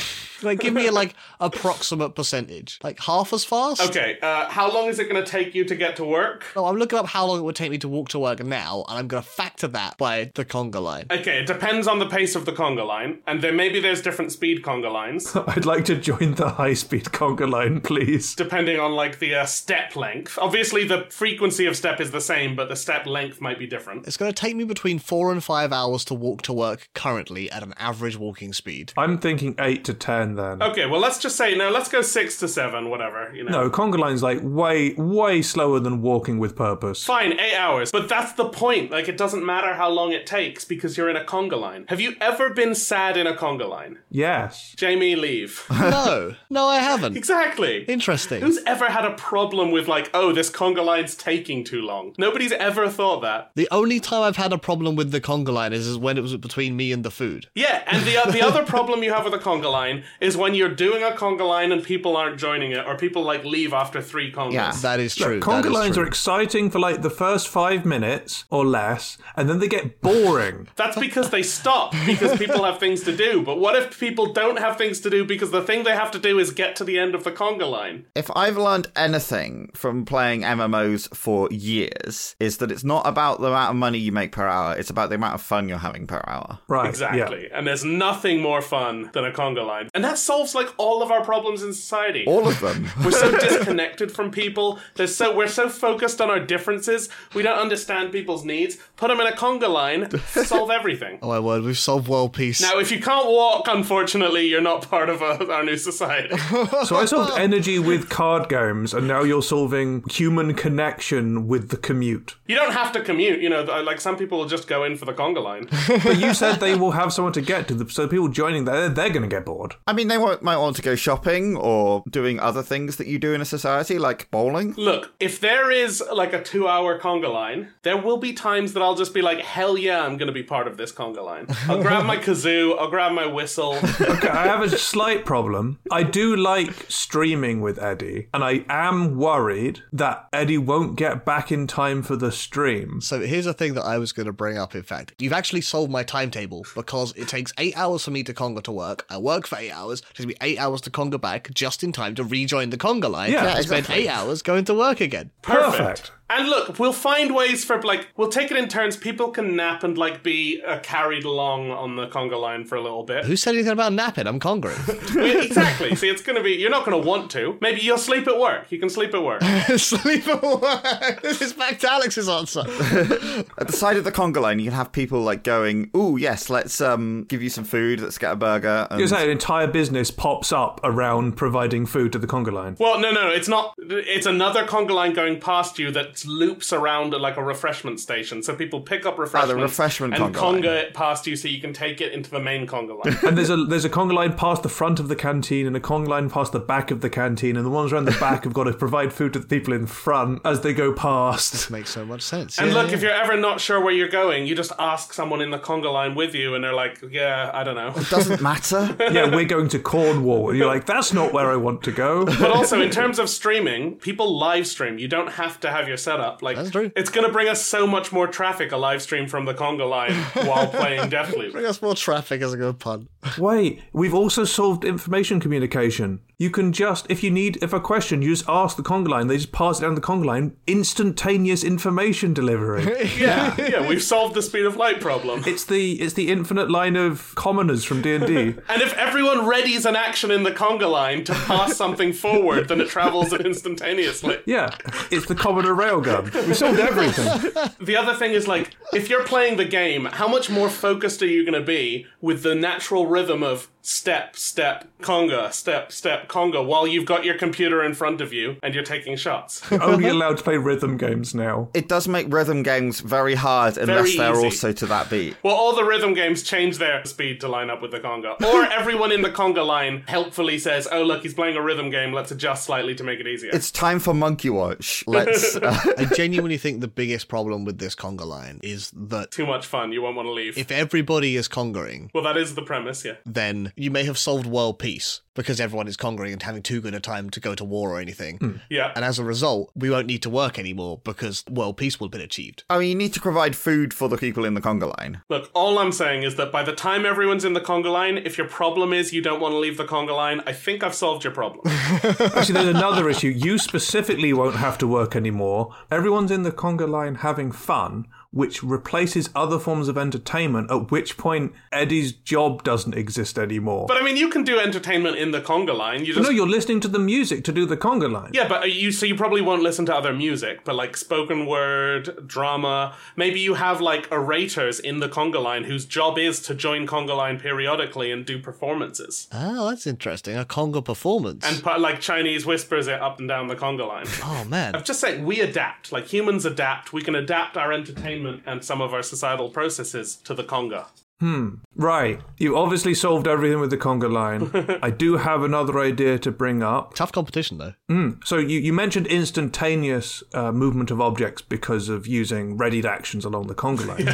S1: Like, give me like approximate percentage. Like half as fast?
S2: Okay, uh, how long is it going to take you to get to work?
S1: No, I'm looking up how long it would take me to walk to work now, and I'm gonna factor that by the conga line.
S2: Okay, it depends on the pace of the conga line, and then maybe there's different speed conga lines.
S3: I'd like to join the high speed conga line, please.
S2: Depending on like the uh, step length. Obviously, the frequency of step is the same, but the step length might be different.
S1: It's going to take me between four and five hours to walk to work currently at an average walking speed.
S3: I'm thinking 8 to 10 then.
S2: Okay, well, let's just say no. Let's go six to seven, whatever. You know,
S3: No, conga line's like way, way slower than walking with purpose.
S2: fine, eight hours. But that's the point. Like, it doesn't matter how long it takes because you're in a conga line. Have you ever been sad in a conga line?
S3: Yes.
S2: Jamie, leave.
S1: no, no, I haven't.
S2: exactly.
S1: Interesting.
S2: Who's ever had a problem with like, oh, this conga line's taking too long? Nobody's ever thought that.
S1: The only time I've had a problem with the conga line is, is when it was between me and the food.
S2: Yeah, and the the other problem you have with a conga line is when you're doing a conga line and people aren't joining it, or people like leave after three congas.
S4: Yeah.
S1: That is true. that
S3: Conga
S1: is
S3: lines
S1: true.
S3: are exciting for like the first five minutes or less, and then they get boring.
S2: That's because they stop because people have things to do. But what if people don't have things to do because the thing they have to do is get to the end of the conga line?
S4: If I've learned anything from playing MMOs for years, is that it's not about the amount of money you make per hour, it's about the amount of fun you're having per hour.
S3: Right.
S2: Exactly. And there's nothing more fun than a conga line. And that solves like all of our problems in society.
S4: All of them.
S2: we're so disconnected from people. There's so we're so focused on our differences. We don't understand people's needs. Put them in a conga line, solve everything.
S1: Oh my word, we've solved world peace.
S2: Now, if you can't walk, unfortunately, you're not part of uh our new society.
S3: Yeah. So I solved energy with card games, and now you're solving human connection with the commute.
S2: You don't have to commute. You know, th- like some people will just go in for the conga line.
S3: But you said they will have someone to get to, the, so people joining there, they're going to get bored.
S4: I mean, they might might want to go shopping or doing other things that you do in a society, like bowling.
S2: Look, if there is like a two hour conga line, there will be times that I'll just be like, hell yeah, I'm going to be part of this conga line. I'll grab my kazoo, I'll grab my whistle.
S3: Okay, I have a slight problem. I do like streaming with Eddie, and I am worried that Eddie won't get back in time for the stream.
S1: So here's a thing that I was going to bring up. In fact, you've actually solved my timetable because it takes eight hours for me to conga to work. I work for eight hours. It takes me eight hours to conga back, just in time to rejoin the conga line.
S3: Yeah,
S1: I spend eight hours going to work again.
S2: Perfect.
S3: Perfect.
S2: And look, we'll find ways for like we'll take it in turns. People can nap and like be uh, carried along on the conga line for a little bit.
S1: Who said anything about napping? I'm congering.
S2: We- exactly. See, it's gonna be. You're not gonna want to. Maybe you'll sleep at work. You can sleep at work.
S1: Sleep at work. This is back to Alex's answer.
S4: At the side of the conga line, you can have people like going, "Ooh, yes, let's um give you some food. Let's get a burger." And
S3: You say an entire business pops up around providing food to the conga line.
S2: Well, no, no, no. It's not. It's another conga line going past you that loops around like a refreshment station. So people pick up refreshments
S4: Ah, refreshment
S2: and
S4: conga line.
S2: conga it past you, so you can take it into the main conga line.
S3: And there's a there's a conga line past the front of the canteen and a conga line past the back of the canteen and the ones around the back have got to provide food to the people in front as they go past.
S1: Makes so much sense.
S2: And
S1: Yeah,
S2: look,
S1: yeah.
S2: if you're ever not sure where you're going, you just ask someone in the conga line with you, and they're like, "Yeah, I don't know."
S4: doesn't matter.
S3: Yeah, we're going to Cornwall. And you're like, that's not where I want to go.
S2: But also, in terms of streaming, people live stream. You don't have to have your setup. Like,
S1: That's true.
S2: it's going to bring us so much more traffic. A live stream from the conga line while playing Deathloop.
S1: Bring us more traffic as a good pun.
S3: Wait, we've also solved information communication. You can just, if you need, if a question, you just ask the conga line. They just pass it down the conga line. Instantaneous information delivery.
S2: Yeah, yeah, we've solved the speed of light problem.
S3: it's the it's the infinite line of commoners from D and D.
S2: And if everyone readies an action in the conga line to pass something forward, then it travels it instantaneously.
S3: Yeah, it's the commoner railgun. We solved everything.
S2: The other thing is like, if you're playing the game, how much more focused are you going to be with the natural rhythm of step, step, conga, step, step, conga, while you've got your computer in front of you and you're taking shots?
S3: Only allowed to play rhythm games now.
S4: It does make rhythm games very hard unless
S2: Very
S4: they're
S2: easy.
S4: also to that beat.
S2: Well, all the rhythm games change their speed to line up with the conga, or everyone in the conga line helpfully says, "Oh, look, he's playing a rhythm game. Let's adjust slightly to make it easier."
S4: It's time for Monkey Watch. Let's. Uh,
S1: I genuinely think the biggest problem with this conga line is that
S2: Too much fun. You won't want to leave.
S1: if everybody is congering,
S2: well, that is the premise. Yeah.
S1: then you may have solved world peace because everyone is congering and having too good a time to go to war or anything.
S2: Yeah.
S1: And as a result, we won't need to work anymore because world peace will have been achieved.
S4: I mean, you need to provide food for the people in the conga line.
S2: Look, all I'm saying is that by the time everyone's in the conga line, if your problem is you don't want to leave the conga line, I think I've solved your problem.
S3: Actually, there's another issue. You specifically won't have to work anymore. Everyone's in the conga line having fun, which replaces other forms of entertainment, at which point Eddie's job doesn't exist anymore.
S2: but I mean, you can do entertainment in the conga line. You just.
S3: no, you're listening to the music to do the conga line.
S2: yeah, but you so you probably won't listen to other music, but like spoken word, drama. Maybe you have like orators in the conga line whose job is to join conga line periodically and do performances.
S1: Oh, that's interesting. A conga performance.
S2: And pu- like Chinese whispers it up and down the conga line.
S1: oh, man.
S2: I'm just saying, we adapt. Like humans adapt. We can adapt our entertainment and some of our societal processes to the conga.
S3: Right. You obviously solved everything with the conga line. I do have another idea to bring up.
S1: Tough competition, though.
S2: Hmm.
S3: So you, you mentioned instantaneous uh, movement of objects because of using readied actions along the conga line.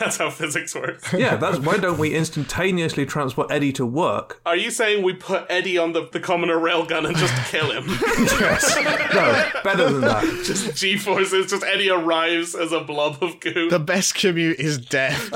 S2: That's how physics works.
S3: yeah, that's why don't we instantaneously transport Eddie to work?
S2: Are you saying we put Eddie on the, the commoner railgun and just kill him?
S3: No, better than that.
S2: just G forces, just Eddie arrives as a blob of goo.
S1: The best commute is death.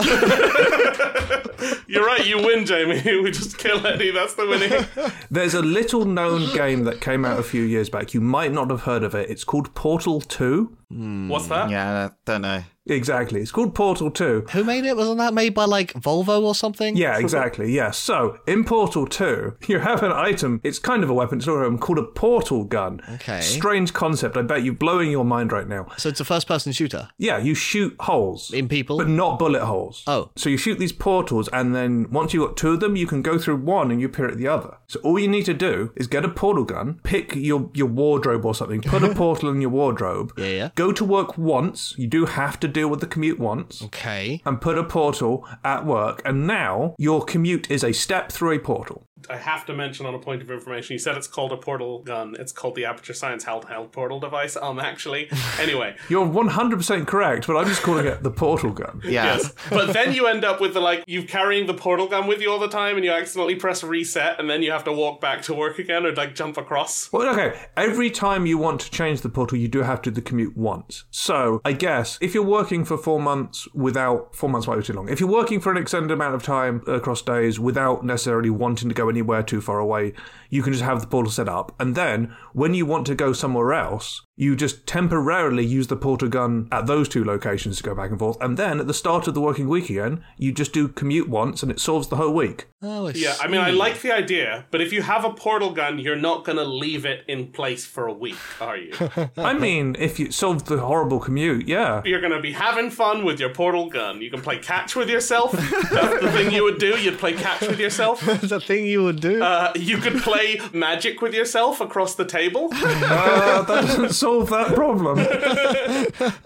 S2: You're right, you win, Jamie. We just kill Eddie, that's the winning.
S3: There's a little known game that came out a few years back. You might not have heard of it. It's called Portal 2.
S2: What's that?
S4: Yeah, I don't know.
S3: Exactly. It's called Portal 2.
S1: Who made it? Wasn't that made by like Volvo or something?
S3: Yeah, exactly. Yeah. So in Portal 2, you have an item. It's kind of a weapon. It's not a weapon called a portal gun.
S1: Okay.
S3: Strange concept. I bet you're blowing your mind right now.
S1: So it's a first person shooter
S3: Yeah, you shoot holes.
S1: in people.
S3: But not bullet holes.
S1: Oh.
S3: So you shoot these portals, and then once you've got two of them, you can go through one and you appear at the other. So all you need to do is get a portal gun, pick your, your wardrobe or something, put a portal in your wardrobe.
S1: Yeah, yeah.
S3: Go to work once. You do have to deal with the commute once.
S1: Okay.
S3: And put a portal at work, and now your commute is a step through a portal.
S2: I have to mention on a point of information, you said it's called a portal gun. It's called the Aperture Science handheld portal device. Um, actually. Anyway,
S3: You're 100% correct, but I'm just calling it the portal gun.
S4: Yeah.
S2: yes. But then you end up with the like, you carrying the portal gun with you all the time and you accidentally press reset and then you have to walk back to work again or like jump across.
S3: Well, okay. Every time you want to change the portal, you do have to do the commute once. So I guess if you're working for four months without four months might be too long. If you're working for an extended amount of time across days without necessarily wanting to go anywhere too far away, you can just have the portal set up, and then when you want to go somewhere else, you just temporarily use the portal gun at those two locations to go back and forth, and then at the start of the working week again, you just do commute once, and it solves the whole week.
S1: Oh, I
S2: Yeah, I mean, I like the idea, but if you have a portal gun, you're not going to leave it in place for a week, are you?
S3: I mean, if you solved the horrible commute, yeah.
S2: you're going to be having fun with your portal gun. You can play catch with yourself. That's the thing you would do. You'd play catch with yourself.
S1: see. the thing you would do.
S2: Uh, you could play magic with yourself across the table.
S3: Uh, that doesn't solve that problem.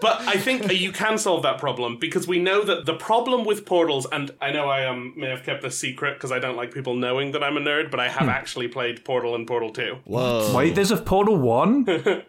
S2: But I think you can solve that problem because we know that the problem with portals, and I know I um, may have kept this secret because I don't like people knowing that I'm a nerd, but I have actually played Portal and Portal 2.
S1: Whoa.
S3: Wait, there's a Portal 1?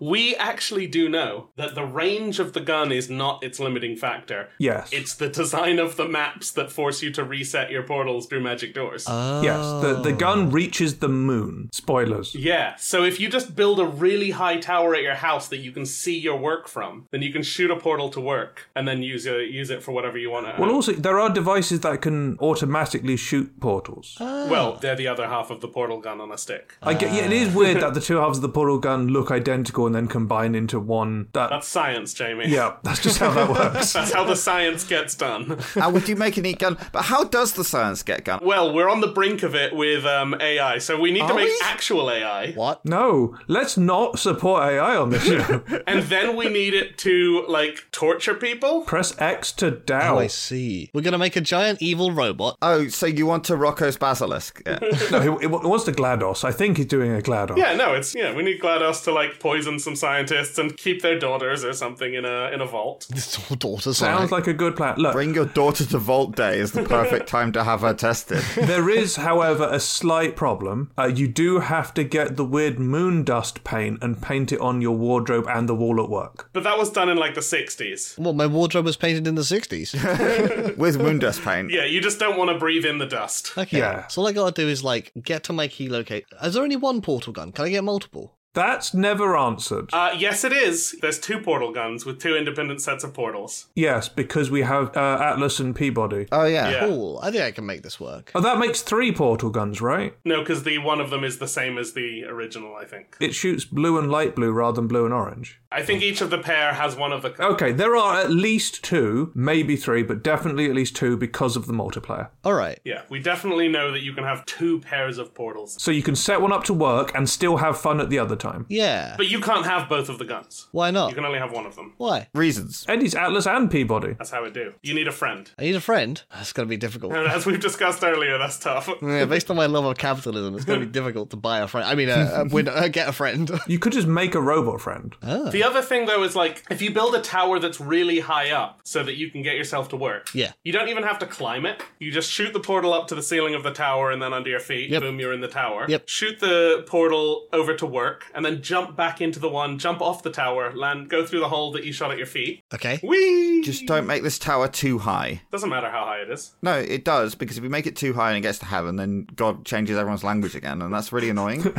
S2: We actually do know that the range of the gun is not its limiting factor.
S3: Yes.
S2: It's the design of the maps that force you to reset your portals through magic doors.
S3: yes, the, the gun reaches the moon. Spoilers.
S2: Yeah, so if you just build a really high tower at your house that you can see your work from, then you can shoot a portal to work and then use it, use it for whatever you want to.
S3: Well, also, there are devices that can automatically shoot portals.
S2: Well, they're the other half of the portal gun on a stick.
S3: I get, yeah, it is weird that the two halves of the portal gun look identical and then combine into one. That
S2: That's science, Jamie.
S3: Yeah, that's just how that works.
S2: That's how the science gets done.
S4: How would you make a neat gun? But how does the science get gun?
S2: Well, we're on the brink of it with um, AI, so we need to make actual AI,
S1: What?
S3: No, let's not support AI on this show.
S2: and then we need it to like torture people.
S3: Press X to
S1: Oh, I
S3: down.
S1: see. We're gonna make a giant evil robot.
S4: Oh, so you want to Rocco's basilisk? Yeah.
S3: No, it, it wants the GLaDOS. I think he's doing a GLaDOS.
S2: Yeah, no, it's yeah. We need GLaDOS to like poison some scientists and keep their daughters or something in a in a vault.
S1: Daughter
S3: Sounds
S1: sounds
S3: like a good plan. Look,
S4: Bring your daughter to Vault Day is the perfect time to have her tested.
S3: There is, however, a slight problem. Uh, you do have to get the weird moon dust paint and paint it on your wardrobe and the wall at work.
S2: But that was done in like the '60s.
S1: Well, my wardrobe was painted in the 60s.
S4: With Moondust paint.
S2: Yeah, you just don't want to breathe in the dust.
S1: Okay.
S3: Yeah.
S1: So all I gotta do is like get to my key locate. Is there only one portal gun? Can I get multiple?
S3: That's never answered.
S2: Uh, yes, it is. There's two portal guns with two independent sets of portals.
S3: yes, because we have uh, Atlas and Peabody.
S4: Oh yeah.
S2: Yeah.
S1: Cool. I think I can make this work.
S3: Oh, that makes three portal guns, right?
S2: No, because the one of them is the same as the original. I think.
S3: It shoots blue and light blue rather than blue and orange.
S2: I think each of the pair has one of the.
S3: Okay, there are at least two, maybe three, but definitely at least two because of the multiplayer.
S1: All right.
S2: Yeah, we definitely know that you can have two pairs of portals.
S3: So you can set one up to work and still have fun at the other time.
S1: Yeah.
S2: But you can't have both of the guns.
S1: Why not?
S2: You can only have one of them.
S1: Why?
S4: Reasons.
S3: Eddie's Atlas and Peabody.
S2: That's how it do. You need a friend.
S1: I need a friend. That's going to be difficult.
S2: And as we've discussed earlier, that's tough.
S1: Yeah, based on my love of capitalism, it's going to be difficult to buy a friend. I mean, uh, uh, win, uh, get a friend.
S3: You could just make a robot friend.
S2: The other thing though is like if you build a tower that's really high up so that you can get yourself to work.
S1: Yeah.
S2: You don't even have to climb it. You just shoot the portal up to the ceiling of the tower and then under your feet,
S1: Yep.
S2: boom, you're in the tower.
S1: Yep.
S2: Shoot the portal over to work and then jump back into the one, jump off the tower, land, go through the hole that you shot at your feet.
S1: Okay.
S2: Whee!
S4: Just don't make this tower too high.
S2: Doesn't matter how high it is.
S4: No, it does, because if we make it too high and it gets to heaven, then God changes everyone's language again, and that's really annoying.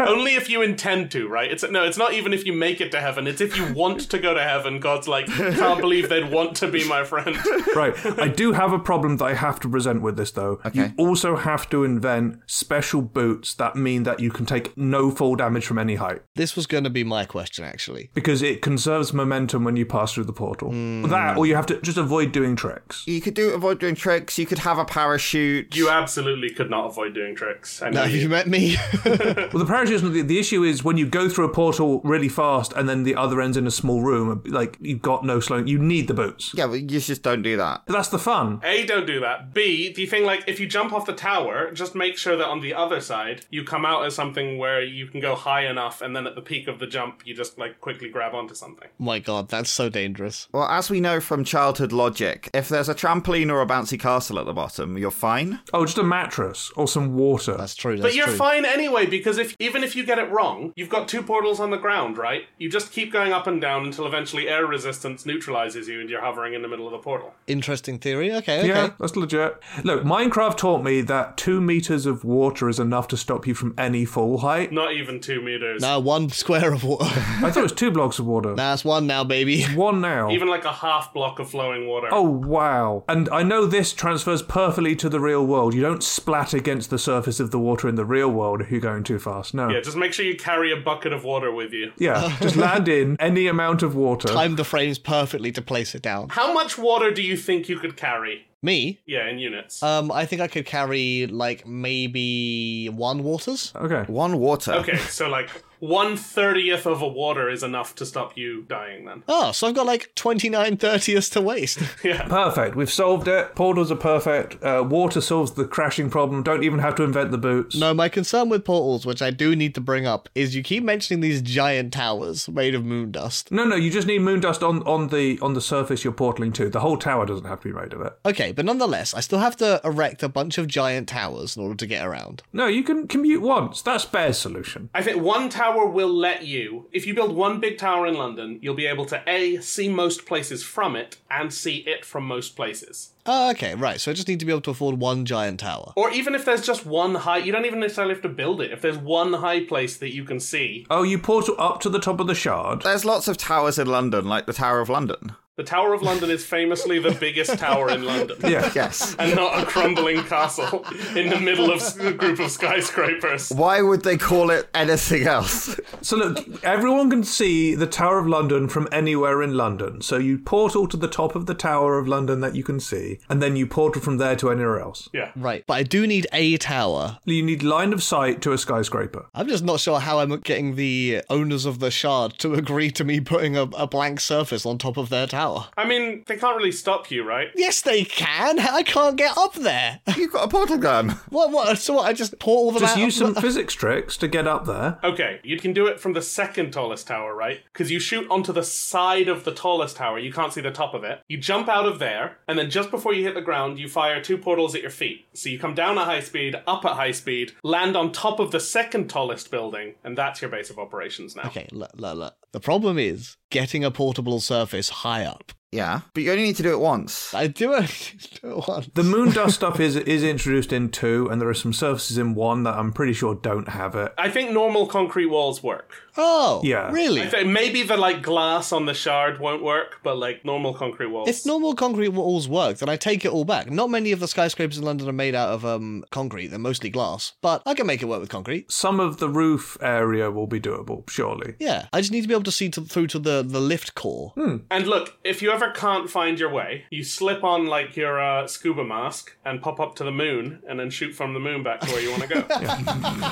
S2: Only if you intend to, right? It's no, it's not even if you make it to heaven. It's if you want to go to heaven. God's like, can't believe they'd want to be my friend.
S3: right. I do have a problem that I have to present with this though. You
S4: Okay.
S3: also have to invent special boots that mean that you can take no fall damage from any height
S1: This was going to be my question, actually.
S3: because it conserves momentum when you pass through the portal. That or you have to just avoid doing tricks.
S4: you could do avoid doing tricks, you could have a parachute.
S2: You absolutely could not avoid doing tricks. I know
S1: Now, have
S2: you.
S1: you met me?
S3: Well, the parachute isn't the, the issue. Is when you go through a portal really fast and then the other end's in a small room. Like you've got no slowing. You need the boots.
S4: yeah, but you just don't do that.
S3: That's the fun.
S2: A, don't do that. B, the thing like if you jump off the tower, just make sure that on the other side you come out as something where you can go high enough, and then at the peak of the jump, you just like quickly grab onto something.
S1: my God, that's so dangerous.
S4: Well, as we know from childhood logic, if there's a trampoline or a bouncy castle at the bottom, you're fine.
S3: Oh, just a mattress or some water.
S1: That's true. That's
S2: But you're
S1: true.
S2: fine anyway because if even if you get it wrong, you've got two portals on the ground, right? You just keep going up and down until eventually air resistance neutralizes you, and you're hovering in the middle of the portal.
S1: Interesting theory. Okay. Okay.
S3: Yeah, that's legit. Look, Minecraft taught me that two meters of water is enough to stop you from any fall height.
S2: Not even two meters.
S1: Now one square of water.
S3: I thought it was two blocks of water.
S1: now it's one now, baby.
S3: One now.
S2: Even like a half block of flowing water.
S3: oh, wow. And I know this transfers perfectly to the real world. You don't splat against the surface of the water in the real world if you're going too fast. No.
S2: Yeah, just make sure you carry a bucket of water with you.
S3: Yeah, just land in any amount of water.
S1: Time the frames perfectly to place it down.
S2: How much water do you think you could carry?
S1: Me?
S2: Yeah, in units.
S1: Um, I think I could carry like maybe one waters.
S3: Okay.
S4: One water.
S2: Okay, so like one thirtieth of a water is enough to stop you dying. Then
S1: Oh, so I've got like 29 30ths to waste.
S3: Perfect. We've solved it. Portals are perfect. Uh, water solves the crashing problem. Don't even have to invent the boots.
S1: No, my concern with portals, which I do need to bring up, is you keep mentioning these giant towers made of moon dust.
S3: No, no, you just need moon dust on, on the on the surface you're portaling to. The whole tower doesn't have to be made of it.
S1: Okay, but nonetheless, I still have to erect a bunch of giant towers in order to get around.
S3: No, you can commute once. That's Bear's solution.
S2: I think one tower will let you. If you build one big tower in London, you'll be able to a see most places from it and see it from most places.
S1: Oh, okay, right, so I just need to be able to afford one giant tower.
S2: Or even if there's just one high, you don't even necessarily have to build it. If there's one high place that you can see,
S3: Oh, you portal up to the top of the shard.
S4: There's lots of towers in London, like the Tower of London.
S2: the Tower of London is famously the biggest tower in London.
S3: Yeah.
S4: Yes.
S2: And not a crumbling castle in the middle of a group of skyscrapers.
S4: Why would they call it anything else?
S3: So look, everyone can see the Tower of London from anywhere in London. So you portal to the top of the Tower of London that you can see, and then you portal from there to anywhere else.
S2: Yeah.
S1: Right, but I do need a tower.
S3: You need line of sight to a skyscraper.
S1: I'm just not sure how I'm getting the owners of the shard to agree to me putting a, a blank surface on top of their tower.
S2: I mean, they can't really stop you, right?
S1: Yes, they can. I can't get up there.
S4: You've got a portal gun.
S1: What? What? So what? I just portal them
S3: Just
S1: out.
S3: use
S1: of
S3: some physics tricks to get up there.
S2: Okay, you can do it from the second tallest tower, right? Because you shoot onto the side of the tallest tower, you can't see the top of it. You jump out of there, and then just before you hit the ground, you fire two portals at your feet. So you come down at high speed, up at high speed, land on top of the second tallest building, and that's your base of operations now.
S1: Okay, look, look, look. The problem is getting a portable surface high up.
S4: Yeah, but you only need to do it once.
S1: I do it do it once.
S3: The moon dust stuff is is introduced in two, and there are some surfaces in one that I'm pretty sure don't have it.
S2: I think normal concrete walls work.
S1: Oh,
S3: Yeah.
S1: really?
S2: I think maybe the like glass on the shard won't work, but like normal concrete walls.
S1: if normal concrete walls work, then I take it all back. Not many of the skyscrapers in London are made out of um concrete; they're mostly glass. But I can make it work with concrete.
S3: Some of the roof area will be doable, surely.
S1: Yeah, I just need to be able to see to, through to the the lift core.
S2: And look, if you whoever can't find your way, you slip on like your uh, scuba mask and pop up to the moon and then shoot from the moon back to where you want to go.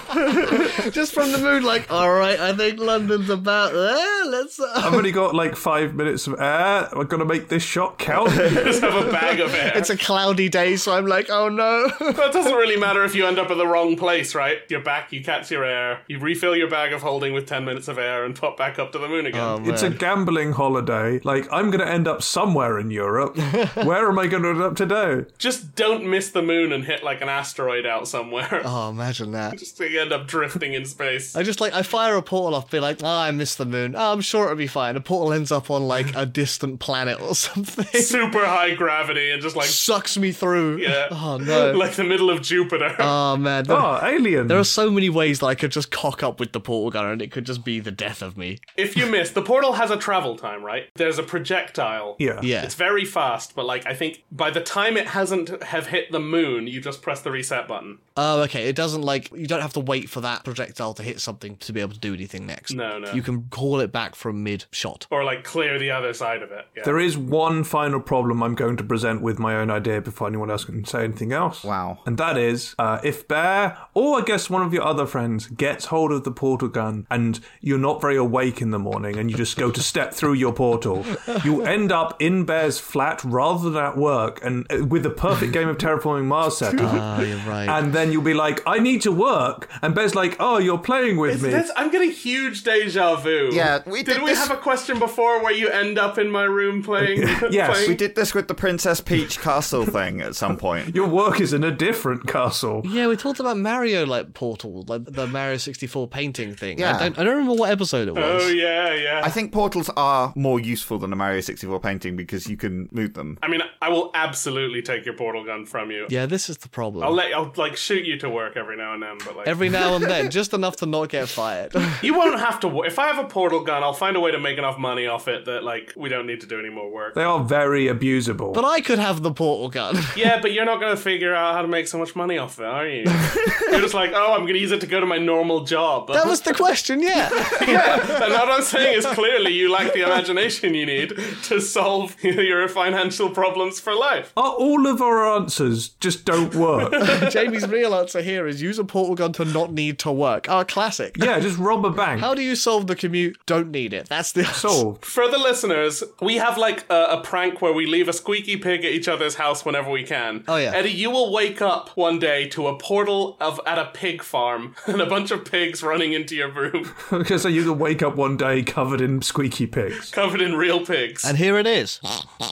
S1: Just from the moon, like, all right, I think London's about there. Let's. Uh...
S3: I've only got like five minutes of air. I'm gonna make this shot count.
S2: Just have a bag of air.
S1: It's a cloudy day, so I'm like, oh no.
S2: But it doesn't really matter if you end up at the wrong place, right? You're back, you catch your air, you refill your bag of holding with 10 minutes of air and pop back up to the moon again.
S1: Um,
S3: It's a gambling holiday. Like I'm gonna end up somewhere in Europe. Where am I gonna end up today?
S2: Just don't miss the moon and hit like an asteroid out somewhere.
S1: Oh, imagine that.
S2: Just so you end up drifting in space.
S1: I just like I fire a portal off, be like, oh, I missed the moon. Oh, I'm sure it'll be fine. A portal ends up on like a distant planet or something.
S2: Super high gravity and just like
S1: Sucks me through.
S2: Yeah.
S1: Oh no.
S2: like the middle of Jupiter.
S1: oh man. There,
S3: Oh, alien.
S1: there are so many ways that I could just cock up with the portal gun, and it could just be the death of me.
S2: if you miss, the portal has a travel time, right? There's a projectile.
S3: yeah.
S1: Yeah.
S2: It's very fast, but like I think by the time it hasn't have hit the moon, you just press the reset button.
S1: Oh, okay. It doesn't like you don't have to wait for that projectile to hit something to be able to do anything next.
S2: No, no.
S1: You can call it back from mid shot.
S2: Or like clear the other side of it. Yeah.
S3: There is one final problem I'm going to present with my own idea before anyone else can say anything else.
S4: Wow.
S3: And that is uh, if Bear, or I guess one of your other friends, gets hold of the portal gun and you're not very awake in the morning and you just go to step through your portal, you end up in Bear's flat rather than at work and uh, with a perfect game of Terraforming Mars set up.
S1: Ah, you're right.
S3: And then you'll be like, I need to work. And Bear's like, Oh, you're playing with
S2: Is
S3: me.
S2: this- I'm getting huge deja vu.
S4: Yeah, we
S2: did
S4: did
S2: we
S4: this-
S2: have a question before where you end up in my room playing?
S3: Yes.
S2: playing-
S4: We did this with the Princess Peach castle thing at some point.
S3: Your work is in a different castle.
S1: yeah, we talked about Mario like portal, like the Mario 64 painting thing.
S4: Yeah.
S1: I don't, I don't remember what episode it was.
S2: Oh yeah, yeah.
S4: I think portals are more useful than a Mario 64 painting because you can move them.
S2: I mean, I will absolutely take your portal gun from you.
S1: Yeah, this is the problem.
S2: I'll let I'll like shoot you to work every now and then, but like
S1: Every now and then, just enough to not get fired.
S2: you won't have to. wo- If I have a portal gun, I'll find a way to make enough money off it that like we don't need to do any more work.
S3: They are very abusable.
S1: but I could have the portal gun.
S2: Yeah, but you're not going to figure out how to make so much money off it, are you? you're just like, oh, I'm going to use it to go to my normal job.
S1: that was the question, yeah.
S2: and what I'm saying is clearly you lack the imagination you need to solve your financial problems for life.
S3: Are all of our answers just don't work?
S1: Jamie's real answer here is use a portal gun to not need to work. Our classic.
S3: yeah, just rob a bank.
S1: How do you solve the commute? Don't need it. That's the answer.
S3: Solved.
S2: For the listeners, we have like a, a prank where we leave a squeaky pig at each other's house whenever we can.
S1: Oh, yeah.
S2: Eddie, you will wake up one day to a portal of at a pig farm and a bunch of pigs running into your room
S3: Okay, so you can wake up one day covered in squeaky pigs.
S2: covered in real pigs.
S1: And here it is.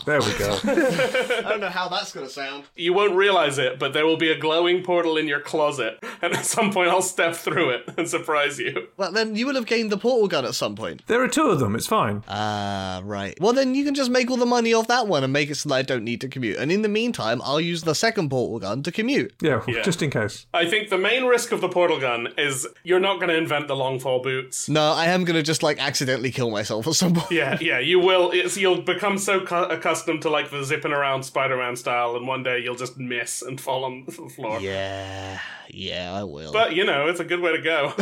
S3: There we go.
S1: I don't know how that's going to sound.
S2: you won't realize it, but there will be a glowing portal in your closet, and at some point I'll step through it and surprise you.
S1: But then you would have gained the portal gun at some point.
S3: There are two of them. It's fine.
S1: Ah, right. Well, then you can just make all the money off that one and make it so that I don't need to commute. And in the meantime, I'll use the second portal gun to commute.
S3: Yeah, just in case.
S2: I think the main risk of the portal gun is you're not going to invent the long fall boots.
S1: No, I am going to just like accidentally kill myself at some point.
S2: Yeah, yeah, you will. It's, you'll become so cu- accustomed to like the zipping around Spider-Man style, and one day you'll just miss and fall on the floor.
S1: Yeah, yeah, I will.
S2: But you know, it's a good way to go.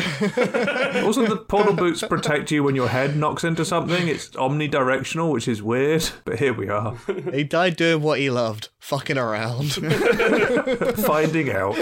S3: Also, the portal boots protect you when your head knocks into something. It's omnidirectional, which is weird. But here we are,
S1: he died doing what he loved, fucking around.
S3: finding out.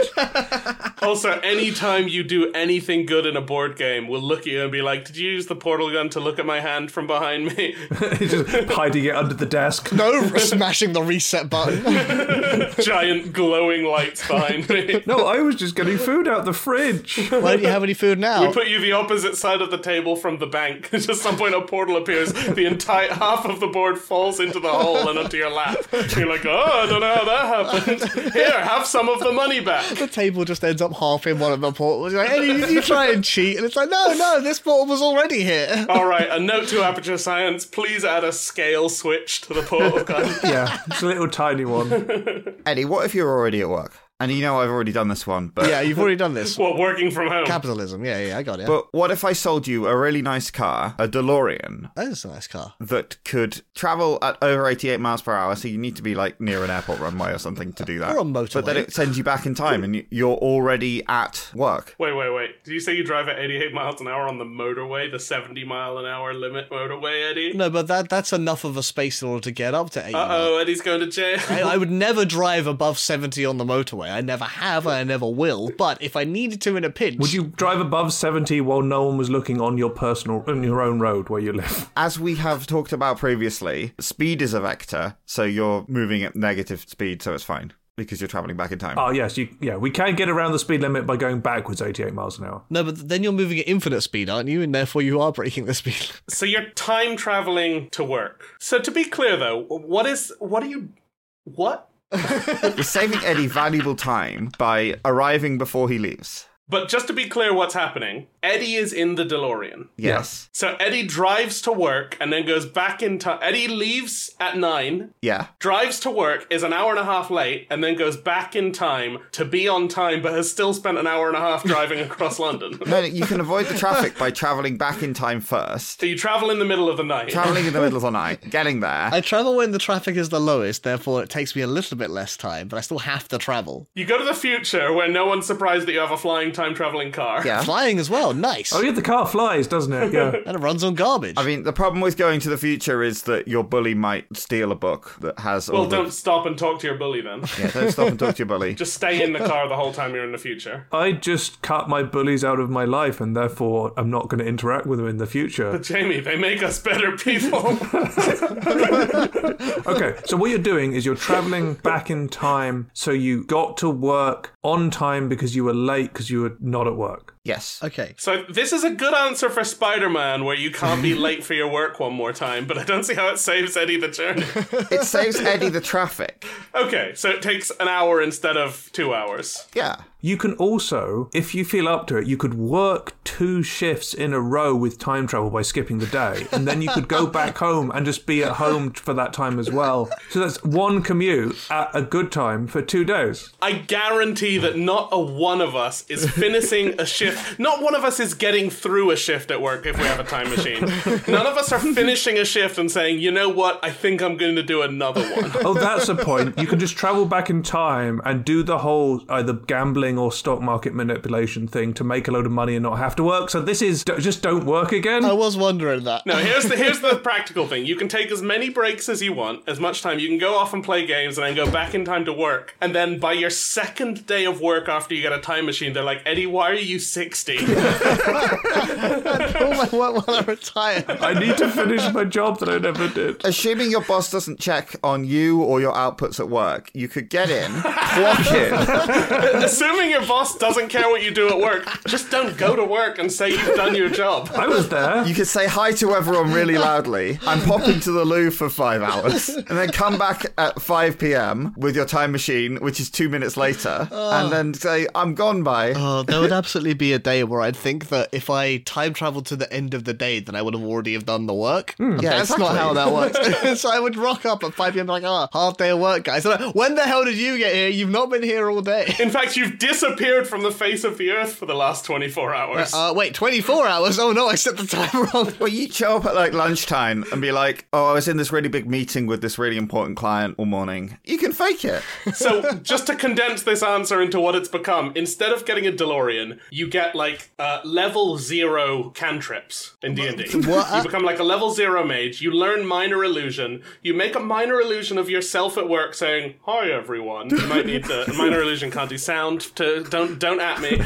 S2: also, anytime you do anything good in a board game, we'll look at you and be like, "Did you use the portal gun to look at my hand from behind me?"
S3: He's just hiding it under the desk.
S1: no, smashing the reset button.
S2: Giant glowing lights behind me.
S3: No, I was just getting food out the fridge.
S1: Why don't you have any food now?
S2: Put you the opposite side of the table from the bank. Just at some point, a portal appears. The entire half of the board falls into the hole and onto your lap. You're like, oh, I don't know how that happened. Here, have some of the money back.
S1: the table just ends up half in one of the portals. You're like, Eddie, did you try and cheat? And it's like, no, no, this portal was already here.
S2: All right, a note to Aperture Science: please add a scale switch to the portal gun.
S3: Yeah, it's a little tiny one.
S4: Eddie, what if you're already at work? And you know I've already done this one, but
S1: Yeah, you've already done this.
S2: What, working from home?
S1: Capitalism. Yeah, yeah, I got it.
S4: but what if I sold you a really nice car, a DeLorean,
S1: that is a nice car.
S4: that could travel at over 88 miles per hour? So you need to be like near an airport runway or something to do that.
S1: Or a motorway.
S4: But then it sends you back in time, and you- you're already at work.
S2: Wait, wait, wait. Did you say you drive at 88 miles an hour on the motorway, the 70 mile an hour limit motorway, Eddie?
S1: No, but that that's enough of a space in order to get up to 80.
S2: Uh oh, Eddie's going to jail.
S1: I, I would never drive above 70 on the motorway. I never have, and I never will. But if I needed to in a pinch.
S3: Would you drive above 70 while no one was looking on your personal, on your own road where you live?
S4: As we have talked about previously, speed is a vector, so you're moving at negative speed, so it's fine because you're traveling back in time.
S3: Oh, yes, you, yeah, we can get around the speed limit by going backwards 88 miles an hour.
S1: No, but then you're moving at infinite speed, aren't you? And therefore you are breaking the speed.
S2: So you're time traveling to work. So to be clear though, what is what are you what?
S4: You're saving Eddie valuable time by arriving before he leaves.
S2: But just to be clear what's happening, Eddie is in the DeLorean.
S4: Yes.
S2: So Eddie drives to work and then goes back in time. Eddie leaves at 9,
S4: Yeah.
S2: drives to work, is an hour and a half late, and then goes back in time to be on time but has still spent an hour and a half driving across London.
S4: No, no, you can avoid the traffic by traveling back in time first.
S2: So you travel in the middle of the night.
S4: Traveling in the middle of the night, getting there.
S1: I travel when the traffic is the lowest, therefore it takes me a little bit less time, but I still have to travel.
S2: You go to the future where no one's surprised that you have a flying time traveling car.
S4: Yeah.
S1: Flying as well, nice.
S3: Oh, yeah, the car flies, doesn't it? Yeah.
S1: And it runs on garbage.
S4: I mean, the problem with going to the future is that your bully might steal a book that has all
S2: Well,
S4: the.
S2: don't stop and talk to your bully then.
S4: Yeah, don't stop and talk to your bully.
S2: Just stay in the car the whole time you're in the future.
S3: I just cut my bullies out of my life and therefore I'm not going to interact with them in the future.
S2: Jamie, they make us better people.
S3: Okay, so what you're doing is you're traveling back in time so you got to work on time because you were late because you were not at work.
S4: Yes.
S1: okay.
S2: so this is a good answer for Spider-Man, where you can't be late for your work one more time. But I don't see how it saves Eddie the journey.
S4: It saves Eddie the traffic.
S2: Okay, so it takes an hour instead of two hours.
S4: Yeah.
S3: You can also, if you feel up to it, you could work two shifts in a row with time travel by skipping the day, and then you could go back home and just be at home for that time as well. So that's one commute at a good time for two days.
S2: I guarantee that not a one of us is finishing a shift. Not one of us is getting through a shift at work if we have a time machine. None of us are finishing a shift and saying, you know what, I think I'm going to do another one.
S3: Oh, that's a point. You can just travel back in time and do the whole either gambling or stock market manipulation thing to make a load of money and not have to work. So this is d- just don't work again.
S1: I was wondering that.
S2: No, here's the here's the practical thing. You can take as many breaks as you want, as much time. You can go off and play games, and then go back in time to work. And then by your second day of work after you get a time machine, they're like, Eddie, why are you sixty?
S1: All my work while I retire.
S3: I need to finish my job that I never did.
S4: Assuming your boss doesn't check on you or your outputs at work, you could get in, clock in.
S2: Assuming your boss doesn't care what you do at work, just don't go to work and say you've done your job.
S3: I was there.
S4: You could say hi to everyone really loudly and pop into the loo for five hours and then come back at 5 p.m. with your time machine, which is two minutes later, and then say, I'm gone by.
S1: Oh, there would absolutely be a day where I'd think that if I time traveled to the end of the day, then I would have already have done the work. But
S4: Yeah,
S1: that's not
S4: exactly.
S1: how that works. so I would rock up at 5 p.m. like, ah, half day of work, guys. And I- when the hell did you get here? You've not been here all day.
S2: In fact, you've disappeared from the face of the earth for the last twenty four hours.
S1: Uh, wait, 24 hours? Oh no, I set the time wrong.
S4: Well, you show up at like lunchtime and be like, "Oh, I was in this really big meeting with this really important client all morning." You can fake it.
S2: So, just to condense this answer into what it's become, instead of getting a DeLorean, you get like uh, level zero cantrips in D and D. You become like a level zero mage. You learn minor illusion. You make a minor illusion of yourself at work, saying "Hi, everyone." You might need to. Minor illusion can't do sound. To don't don't at me.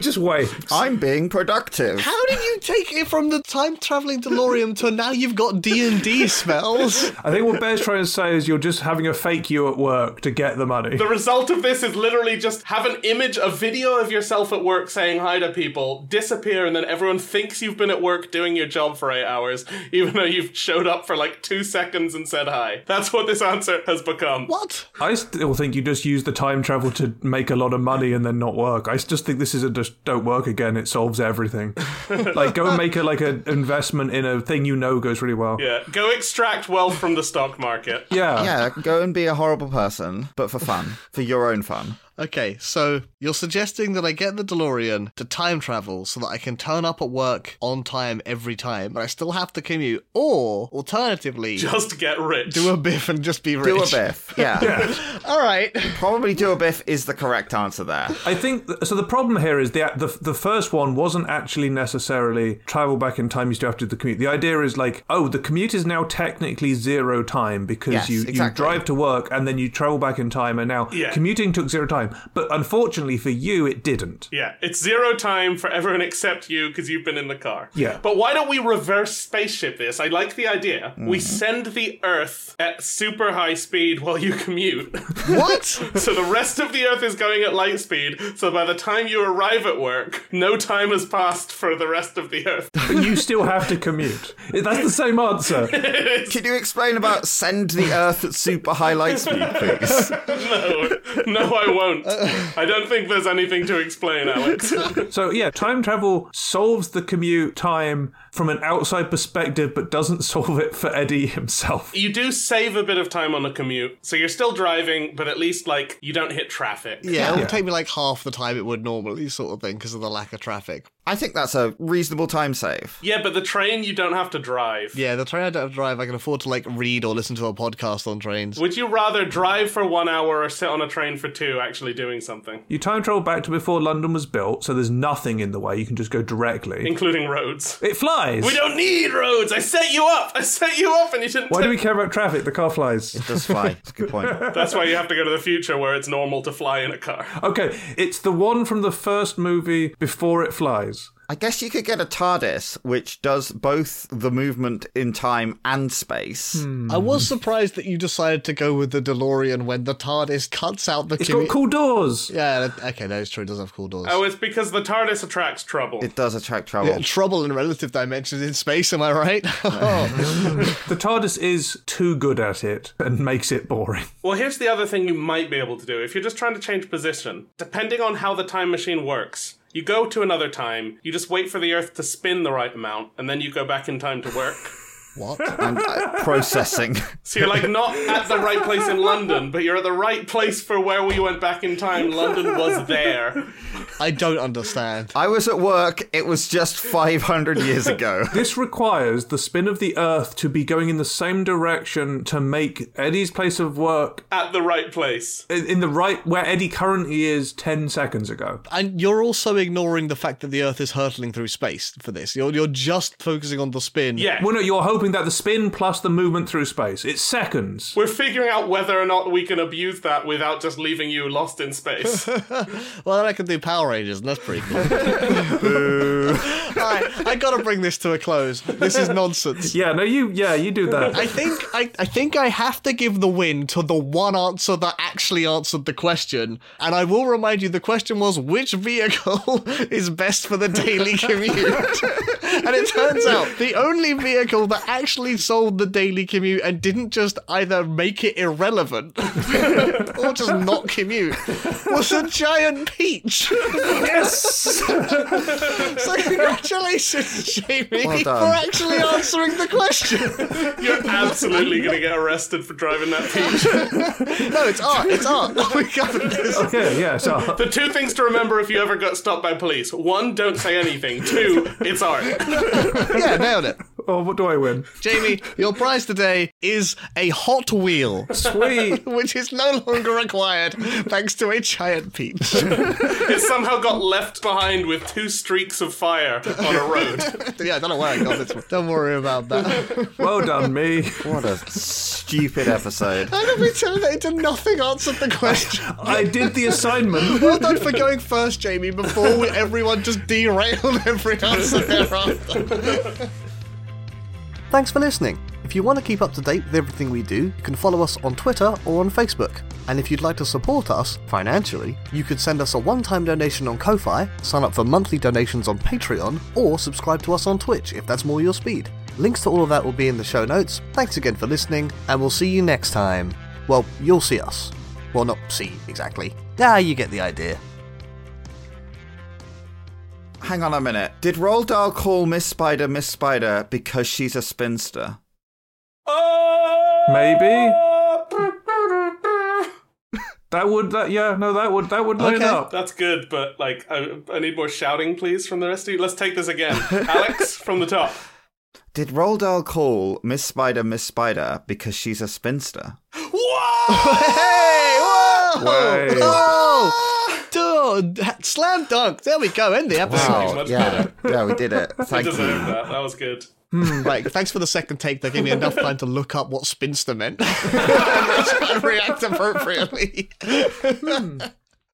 S3: Just wait.
S4: I'm being productive.
S1: How did you take it from the time traveling DeLorean to now you've got D and D smells?
S3: I think what Bear's trying to say is you're just having a fake you at work to get the money.
S2: The result of this is literally just have an image, a video of yourself at work saying hi to people, disappear, and then everyone thinks you've been at work doing your job for eight hours, even though you've showed up for like two seconds and said hi. That's what this answer has become.
S1: What?
S3: I still think you just use the time travel to make a lot of money and then not work. I just think this is a just don't work again. It solves everything. like go and make a like an investment in a thing you know goes really well.
S2: Yeah, go extract wealth from the stock market.
S3: Yeah.
S4: Yeah, go and be a horrible person, but for fun, for your own fun.
S1: Okay, so you're suggesting that I get the DeLorean to time travel so that I can turn up at work on time every time, but I still have to commute, or alternatively,
S2: Just get rich.
S1: do a biff and just be rich.
S4: Do a biff. Yeah.
S1: All right.
S4: Probably do a biff is the correct answer there.
S3: I think th- so. The problem here is the, the the first one wasn't actually necessarily travel back in time. You still have to do the commute. The idea is like, oh, the commute is now technically zero time because
S4: Yes,
S3: you,
S4: exactly.
S3: you drive to work and then you travel back in time, and now
S2: Yeah.
S3: commuting took zero time. But unfortunately for you, it didn't.
S2: Yeah, it's zero time for everyone except you because you've been in the car.
S3: Yeah.
S2: But why don't we reverse spaceship this? I like the idea.
S1: Mm.
S2: We send the Earth at super high speed while you commute.
S1: What?
S2: so the rest of the Earth is going at light speed, so by the time you arrive at work, no time has passed for the rest of the Earth.
S3: But you still have to commute. That's the same answer.
S4: Can you explain about send the Earth at super high light speed, please?
S2: no, no, I won't. I don't think there's anything to explain, Alex.
S3: So yeah, time travel solves the commute time from an outside perspective, but doesn't solve it for Eddie himself.
S2: you do save a bit of time on the commute, so you're still driving, but at least, like, you don't hit traffic.
S1: Yeah, it would take me like half the time it would normally, sort of thing, because of the lack of traffic.
S4: I think that's a reasonable time save.
S2: Yeah, but the train you don't have to drive.
S1: Yeah, the train I don't have to drive, I can afford to like read or listen to a podcast on trains.
S2: Would you rather drive for one hour or sit on a train for two actually doing something?
S3: You time travel back to before London was built, so there's nothing in the way. You can just go directly.
S2: Including roads.
S3: It flies.
S2: We don't need roads! I set you up! I set you up and you didn't
S3: Why
S2: take-
S3: do we care about traffic? The car flies.
S4: Does fly. That's a good point.
S2: That's why you have to go to the future where it's normal to fly in a car.
S3: Okay, it's the one from the first movie before it flies.
S4: I guess you could get a TARDIS, which does both the movement in time and space.
S1: I was surprised that you decided to go with the DeLorean when the TARDIS cuts out the
S3: It's
S1: commu-
S3: got cool doors.
S1: Yeah, that- okay, that is true. It does have cool doors.
S2: Oh, it's because the TARDIS attracts trouble.
S4: It does attract travel.
S1: Trouble in relative dimensions in space, am I right? Oh.
S3: The TARDIS is too good at it and makes it boring.
S2: Well, here's the other thing you might be able to do. If you're just trying to change position, depending on how the time machine works, you go to another time, you just wait for the Earth to spin the right amount, and then you go back in time to work.
S1: what?
S4: And uh, processing.
S2: So you're like not at the right place in London, but you're at the right place for where we went back in time. London was there.
S1: I don't understand.
S4: I was at work. It was just 500 years ago.
S3: This requires the spin of the Earth to be going in the same direction to make Eddie's place of work
S2: At the right place.
S3: in in the right where Eddie currently is 10 seconds ago.
S1: And you're also ignoring the fact that the Earth is hurtling through space for this. You're, you're just focusing on the spin.
S2: Yeah.
S3: Well, no, you're hoping that the spin plus the movement through space. It's seconds.
S2: We're figuring out whether or not we can abuse that without just leaving you lost in space.
S1: Well, then I can do Power Rangers, and that's pretty cool. Alright, I gotta bring this to a close. This is nonsense.
S3: Yeah, no, you, yeah, you do that.
S1: I think I, I think I have to give the win to the one answer that actually answered the question. And I will remind you the question was which vehicle is best for the daily commute? and it turns out the only vehicle that actually sold the daily commute and didn't just either make it irrelevant or just not commute was a giant peach.
S3: yes!
S1: So congratulations, Jamie,
S4: Well done.
S1: for actually answering the question.
S2: You're absolutely going to get arrested for driving that peach.
S1: No, it's art. It's art. We covered this.
S3: yeah, yeah, so.
S2: The two things to remember if you ever got stopped by police one, don't say anything. Two, it's art.
S1: Yeah, nailed it.
S3: Oh, what do I win?
S1: Jamie, your prize today is a Hot Wheel,
S3: Sweet.
S1: which is no longer required thanks to a giant peach.
S2: It somehow got left behind with two streaks of fire on a road.
S1: yeah, I don't know where I got this one. Don't worry about that.
S3: Well done, me.
S4: What a stupid episode.
S1: How did we turn that into nothing answered the question?
S3: I did the assignment.
S1: Well done for going first, Jamie, before we, everyone just derailed every answer thereafter. Thanks for listening. If you want to keep up to date with everything we do, you can follow us on Twitter or on Facebook. And if you'd like to support us financially, you could send us a one time donation on Ko fi, sign up for monthly donations on Patreon, or subscribe to us on Twitch if that's more your speed. Links to all of that will be in the show notes. Thanks again for listening, and we'll see you next time. Well, you'll see us. Well, not see exactly. Ah, you get the idea.
S4: Hang on a minute. Did Roald Dahl call Miss Spider Miss Spider because she's a spinster?
S3: Maybe. That would that yeah no that would that would line
S1: Okay.
S3: up.
S2: That's good, but like, I, I need more shouting, please, from the rest of you. Let's take this again. Alex, from the top.
S4: Did Roald Dahl call Miss Spider Miss Spider because she's a spinster?
S2: Whoa!
S1: Hey! Whoa!
S3: Way.
S1: Oh! Dude, slam dunk. There we go. End the episode.
S2: much
S4: yeah, yeah, we did it.
S2: I
S4: Thank you.
S2: deserve that. That was good.
S1: Right, thanks for the second take. That gave me enough time to look up what spinster meant and react appropriately.